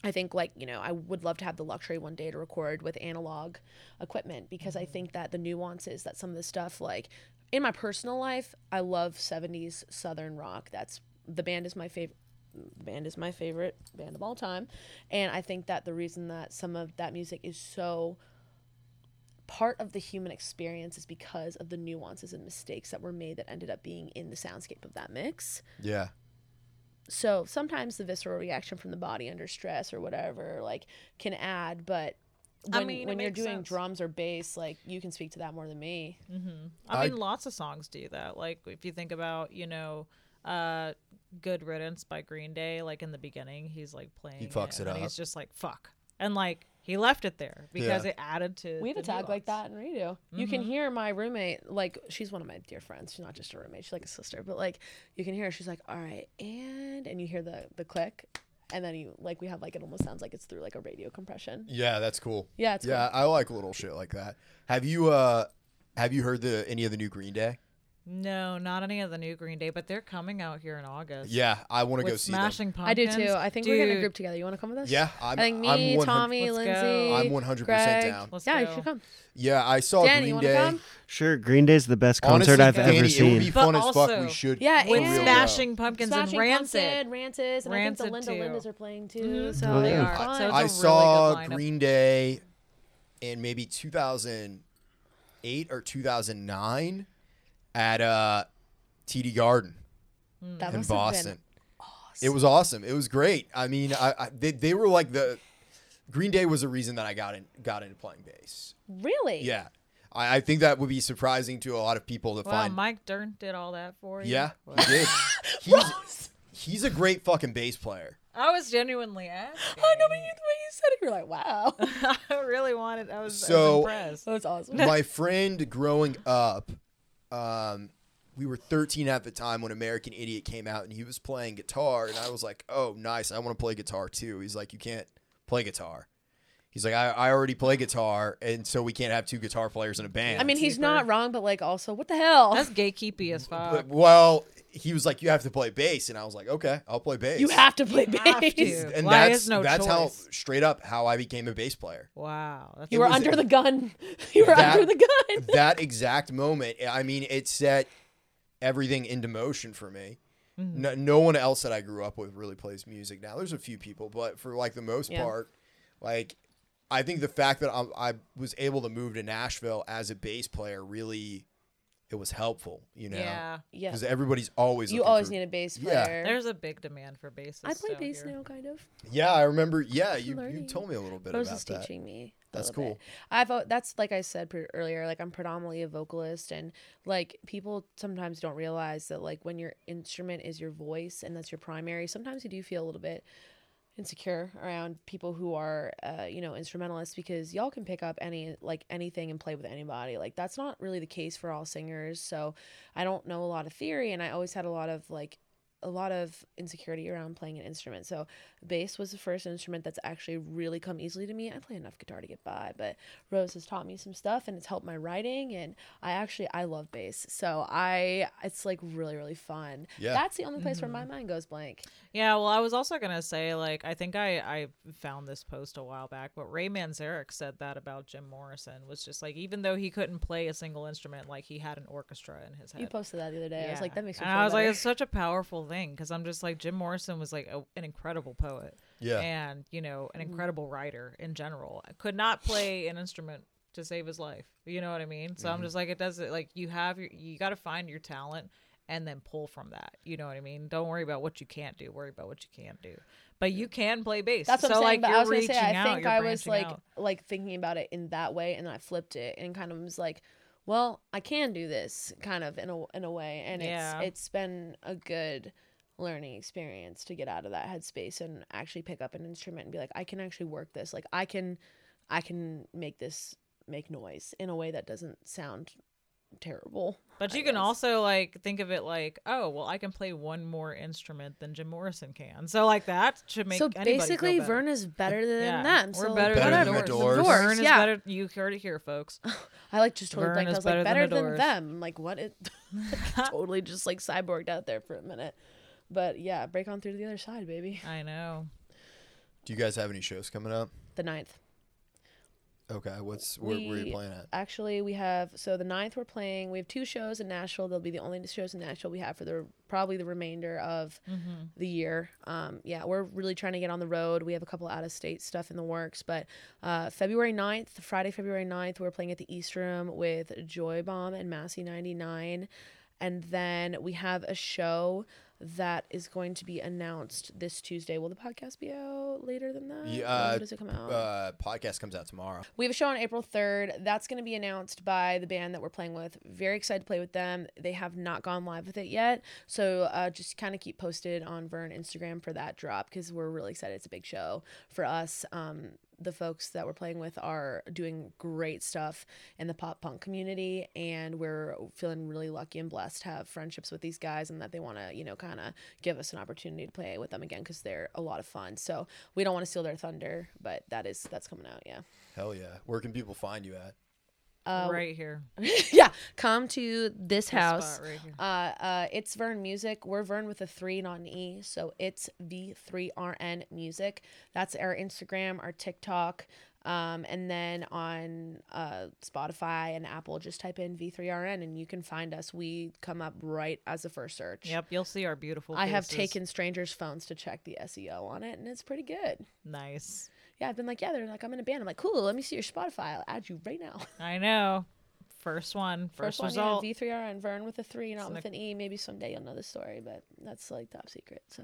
I think, like, you know, I would love to have the luxury one day to record with analog equipment because I think that the nuances that some of the stuff, like, in my personal life, I love 70s Southern rock. That's the band is my favorite. The band is my favorite band of all time. And I think that the reason that some of that music is so part of the human experience is because of the nuances and mistakes that were made that ended up being in the soundscape of that mix. Yeah. So sometimes the visceral reaction from the body under stress or whatever like can add, but I when, mean, it when you're makes doing sense. drums or bass, like you can speak to that more than me. I, I- mean, lots of songs do that. Like if you think about, you know, uh, "Good Riddance" by Green Day. Like in the beginning, he's like playing. fucks it and up. He's just like fuck, and like he left it there because Yeah. it added to. We have the a tag like nuance. Mm-hmm. that in radio. You can hear my roommate, like she's one of my dear friends. She's not just a roommate; she's like a sister. But like you can hear, her, she's like, "All right," and and you hear the the click, and then you like we have like it almost sounds like it's through like a radio compression. Yeah, that's cool. Yeah, it's yeah, I like little shit like that. Have you uh have you heard the any of the new Green Day? No, not any of the new Green Day, but they're coming out here in August. Yeah, I want to with go see them. Smashing I do Pumpkins. too. I think we're gonna Dude, group together. You want to come with us? Yeah, I'm, i think I'm me, 100 Tommy, Let's Lindsay. go. I'm 100% Greg. down. Let's yeah, you go. should come. Yeah, I saw Danny, Green you wanna Day. come? Sure, Green Day's the best Honestly, concert I've Danny, ever It would be seen. But fun as fuck. We also- should. Yeah, we With and- will go. Smashing Pumpkins Smashing and Rancid. Pumpkin, Rancid, and I Rancid think the Linda too. Lindas are playing too. Mhm. So Oh, they yeah. are I- fun. That was a I really saw good lineup. Green Day in maybe 2008 or 2009 at uh, TD Garden that in must have been- Boston. It was awesome. It was great. I mean, I, I they, they were like the Green Day was the reason that I got in got into playing bass. really Yeah, I, I think that would be surprising to a lot of people to Wow, find. Mike Dern did all that for you. yeah, Wow. he did. He's, he's a great fucking bass player. I was genuinely asking. I know, but you, the way you said it, you're like, wow, I really wanted. I was, So- I was impressed. that's awesome. my friend growing up, um, we were 13 at the time when American Idiot came out, and he was playing guitar, and I was like, "Oh, nice! I want to play guitar too." He's like, "You can't play guitar." He's like, "I, I already play guitar, and so we can't have two guitar players in a band." I mean, he's not wrong, but like, also, what the hell? That's gatekeepy as fuck. But- well, he was like, "You have to play bass," and I was like, "Okay, I'll play bass." you have to play have bass. to. You and Why that's is no that's how choice? straight up how I became a bass player. Wow. That's You were was- under the gun. You were That- under the gun. that exact moment, I mean, it set everything into motion for me. Mm-hmm. No, no one else that I grew up with really plays music now. There's a few people, but for like the most Yeah. part, like I think the fact that I, I was able to move to Nashville as a bass player really it was helpful, you know, yeah. Yeah, because everybody's always you looking always for- need a bass Yeah. player. There's a big demand for bass. I play bass now, kind of. Yeah, I remember. Yeah, you, you learning. told me a little bit Rose about is that. teaching me. a That's little bit. cool. I've al- that's like I said pre- earlier. Like I'm predominantly a vocalist, and like people sometimes don't realize that like when your instrument is your voice and that's your primary, sometimes you do feel a little bit insecure around people who are uh, you know instrumentalists because y'all can pick up any like anything and play with anybody like that's not really the case for all singers so i don't know a lot of theory and i always had a lot of like a lot of insecurity around playing an instrument so bass was the first instrument that's actually really come easily to me i play enough guitar to get by but rose has taught me some stuff and it's helped my writing and i actually i love bass so i it's like really really fun Yeah. that's the only place where my Mm-hmm. mind goes blank Yeah, well, I was also gonna say, like, I think I I found this post a while back, but Ray Manzarek said that about Jim Morrison was just like, even though he couldn't play a single instrument, like he had an orchestra in his head. you posted that the other day i was like Yeah. that makes me Uh, and feel I was like, better. it's such a powerful thing because I'm just like Jim Morrison was like a, an incredible poet, Yeah. and you know Mm-hmm. an incredible writer in general. Could not play an instrument to save his life. You know what I mean? So Mm-hmm. I'm just like, it doesn't like you have your you got to find your talent and then pull from that. You know what I mean? Don't worry about what you can't do. Worry about what you can do. But you can play bass. That's what so I'm like saying. but you're I was gonna reaching say, I out. think you're I was branching like, out. like thinking about it in that way, and then I flipped it and kind of was like, well, I can do this, kind of in a in a way, and Yeah. it's it's been a good learning experience to get out of that headspace and actually pick up an instrument and be like, I can actually work this. Like I can, I can make this make noise in a way that doesn't sound terrible. But I you can guess. also like think of it like, oh, well, I can play one more instrument than Jim Morrison can. So like that should make so anybody basically, feel better. Vern is better than Yeah. them. We're so better, Better than than the the whatever. Doors. Doors. Vern is yeah. better. You heard it here, folks. I like just totally Vern blanked. I is was like better better than the Doors. than them. Like what? It, totally just like cyborged out there for a minute. But yeah, break on through to the other side, baby. I know. Do you guys have any shows coming up? The ninth. Okay, what's where, where are you We- playing at? Actually, we have so the ninth we're playing. We have two shows in Nashville. They'll be the only shows in Nashville we have for the probably the remainder of Mm-hmm. the year. Um, yeah, we're really trying to get on the road. We have a couple out of state stuff in the works, but uh, February 9th, Friday, February 9th, we're playing at the East Room with Joy Bomb and Massey 99. And then we have a show that is going to be announced this Tuesday. Will the podcast be out later than that? Yeah, Or uh, when does it come out? Uh, podcast comes out tomorrow. We have a show on April 3rd. That's going to be announced by the band that we're playing with. Very excited to play with them. They have not gone live with it yet. So uh, just kind of keep posted on Vern Instagram for that drop because we're really excited. It's a big show for us. Um, the folks that we're playing with are doing great stuff in the pop punk community and we're feeling really lucky and blessed to have friendships with these guys and that they want to you know kind of give us an opportunity to play with them again because they're a lot of fun so we don't want to steal their thunder but that is that's coming out yeah Hell yeah! Where can people find you at? Uh, right here. yeah, come to this This spot house. right here. Uh, uh, it's Vern Music. We're Vern with a three, not an E. So it's V3RN Music. That's our Instagram, our TikTok. Um, and then on uh, Spotify and Apple, just type in V3RN and you can find us. We come up right as a first search. Yep, you'll see our beautiful. I have faces. taken strangers' phones to check the SEO on it, and it's pretty good. nice. Yeah, I've been like, yeah, they're like, I'm in a band. I'm like, cool, let me see your Spotify. I'll add you right now. I know. First one, first one, result. yeah, V3R and Vern with a three, not It's like- with an E. Maybe someday you'll know the story, but that's like top secret. So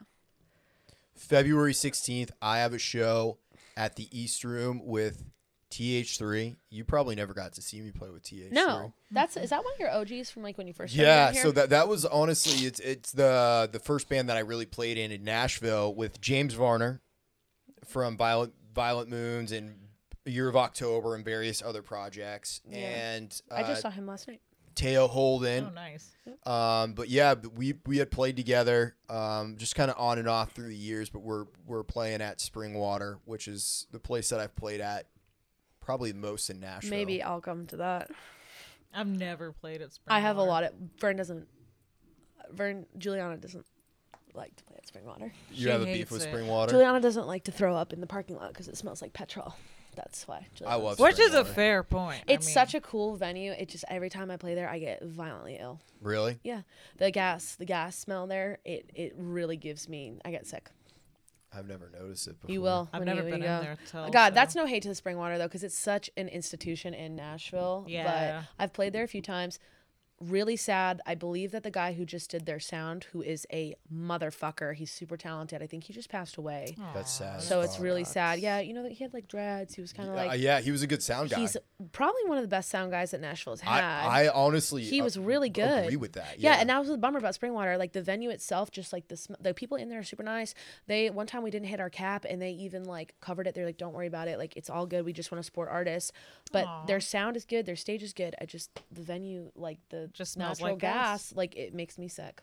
February 16th, I have a show at the East Room with TH3. You probably never got to see me play with TH3. no, that's is that one of your OGs from like when you first started Yeah, out here? so that that was honestly it's it's the the first band that I really played in in Nashville with James Varner from Violet Violet Moons and Year of October and various other projects Yeah. and uh, I just saw him last night. Teo Holden. Oh, nice. Um, but yeah, but we we had played together, um, just kind of on and off through the years. But we're we're playing at Springwater, which is the place that I've played at probably the most in Nashville. Maybe I'll come to that. I've never played at Springwater. I have a lot of Vern doesn't. Vern Juliana doesn't like to play at Springwater. you She have a hates beef with it. Springwater. Juliana doesn't like to throw up in the parking lot because it smells like petrol. That's why. I Juliana love Which is a Springwater. fair point. It's such a cool venue. It just every time I play there, I get violently ill. really. Yeah, the gas, the gas smell there, it it really gives me. I get sick. I've never noticed it before. You will. I've when never you, when been you in go. there till, God, so- that's no hate to the Springwater though, because it's such an institution in Nashville. Yeah. But I've played there a few times. Really sad. I believe that the guy who just did their sound, who is a motherfucker, he's super talented. I think he just passed away. That's sad. as so it's fuck. really sad. Yeah, you know that he had like dreads. He was kind of Uh, like. yeah, he was a good sound guy. He's probably one of the best sound guys that Nashville's had. I, I honestly he was uh, really good. Agree with that. Yeah. and that was the bummer about Springwater. Like the venue itself, just like the sm- the people in there are super nice. They one time we didn't hit our cap, and they even like covered it. They're like, "Don't worry about it. Like it's all good. We just want to support artists." But their sound is good. Their stage is good. I just the venue, like the Just just smells natural like gas, gas. like it makes me sick.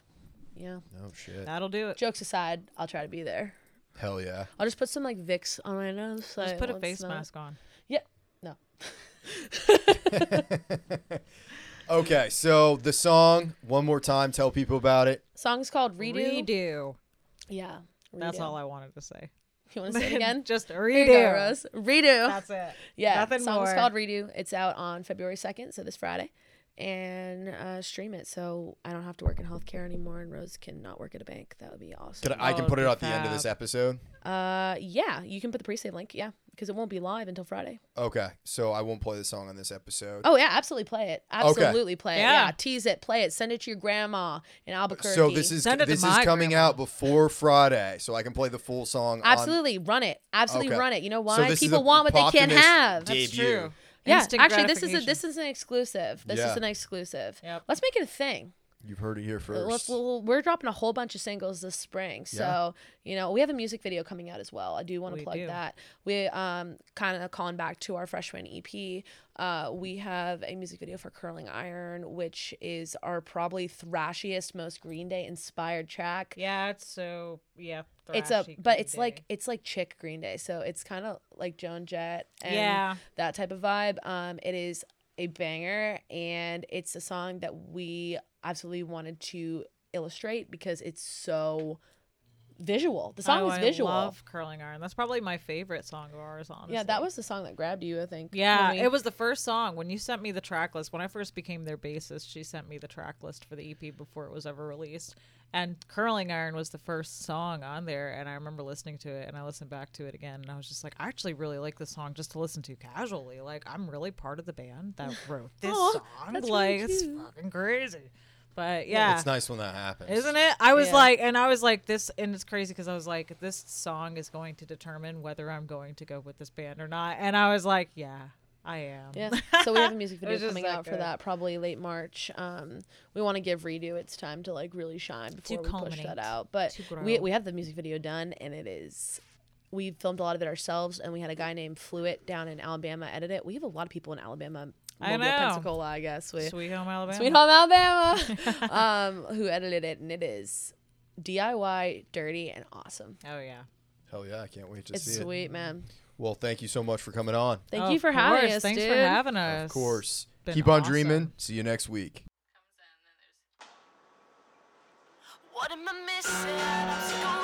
Yeah. oh shit. That'll do it. Jokes aside, I'll try to be there. Hell yeah. I'll just put some like Vicks on my nose. so Just I put a won't face smell it. mask on. Yeah. No. Okay, so the song one more time. Tell people about it. Song's called Redo. Redo. Yeah. That's Redo. all I wanted to say. You want to say it again? Just Here you go, redo. Rose. Redo. That's it. Yeah, Nothing song's more. called Redo. It's out on February second, so this Friday, and uh, stream it. So I don't have to work in healthcare anymore, and Rose cannot work at a bank. That would be Can awesome. I, I can Oh, put it the out the end of this fab. episode. Uh, yeah, you can put the pre-save link. Yeah, because it won't be live until Friday. Okay, so I won't play the song on this episode. Oh yeah, absolutely play it. Absolutely play it. Yeah. Yeah, tease it, play it, send it to your grandma in Albuquerque. so this is Send it to this is my coming grandma. out before Friday, so I can play the full song. on- absolutely run it. Absolutely Okay. run it. You know So why? this is People a want what they can't populist have. d- That's Debut. true. yeah, Instant actually, this is a gratification. this is an exclusive. This Yeah. is an exclusive. Yep. Let's make it a thing. You've heard it here 1st Let's, we'll, we're dropping a whole bunch of singles this spring, so you know we have a music video coming out as well. I do want to We plug do. that. We um kind of calling back to our freshman EP. Uh, we have a music video for "Curling Iron," which is our probably thrashiest, most Green Day inspired track. Yeah, it's so yeah. It's a, thrashy but Green it's like Day. it's like chick Green Day, so it's kind of like Joan Jett and yeah. that type of vibe. Um, it is a banger, and it's a song that we absolutely wanted to illustrate because it's so visual. The song Oh, is visual. I love curling iron. That's probably my favorite song of ours. Honestly. yeah, that was the song that grabbed you, I think. Yeah, when we- it was the first song when you sent me the track list. When I first became their bassist, she sent me the track list for the EP before it was ever released. And Curling Iron was the first song on there, and I remember listening to it, and I listened back to it again, and I was just like, I actually really like this song just to listen to casually. Like, I'm really part of the band that wrote this Aw, song. that's really like, it's cute. fucking crazy. But yeah, It's nice when that happens, isn't it? I was Yeah. like, and I was like, this, and it's crazy because I was like, this song is going to determine whether I'm going to go with this band or not. And I was like, yeah, I am. Yeah. So we have a music was video just coming that out for good. that probably late March. Um, we want to give redo its time to like really shine before we push culminate, that out. But to we grow. we have the music video done and it is we filmed a lot of it ourselves and we had a guy named Fluid down in Alabama edit it. We have a lot of people in Alabama. I Mobile, know. Pensacola, I guess. We, Sweet Home Alabama. Sweet Home Alabama, um, who edited it, and it is DIY, dirty, and awesome. Oh yeah. Hell yeah, I can't wait to It's see it. sweet, man. Well, thank you so much for coming on. Thank Oh, Of you for having course. us, Thanks dude. for having us. Of course. been Keep on awesome. dreaming. See you next week. What am I missing? I'm stuck on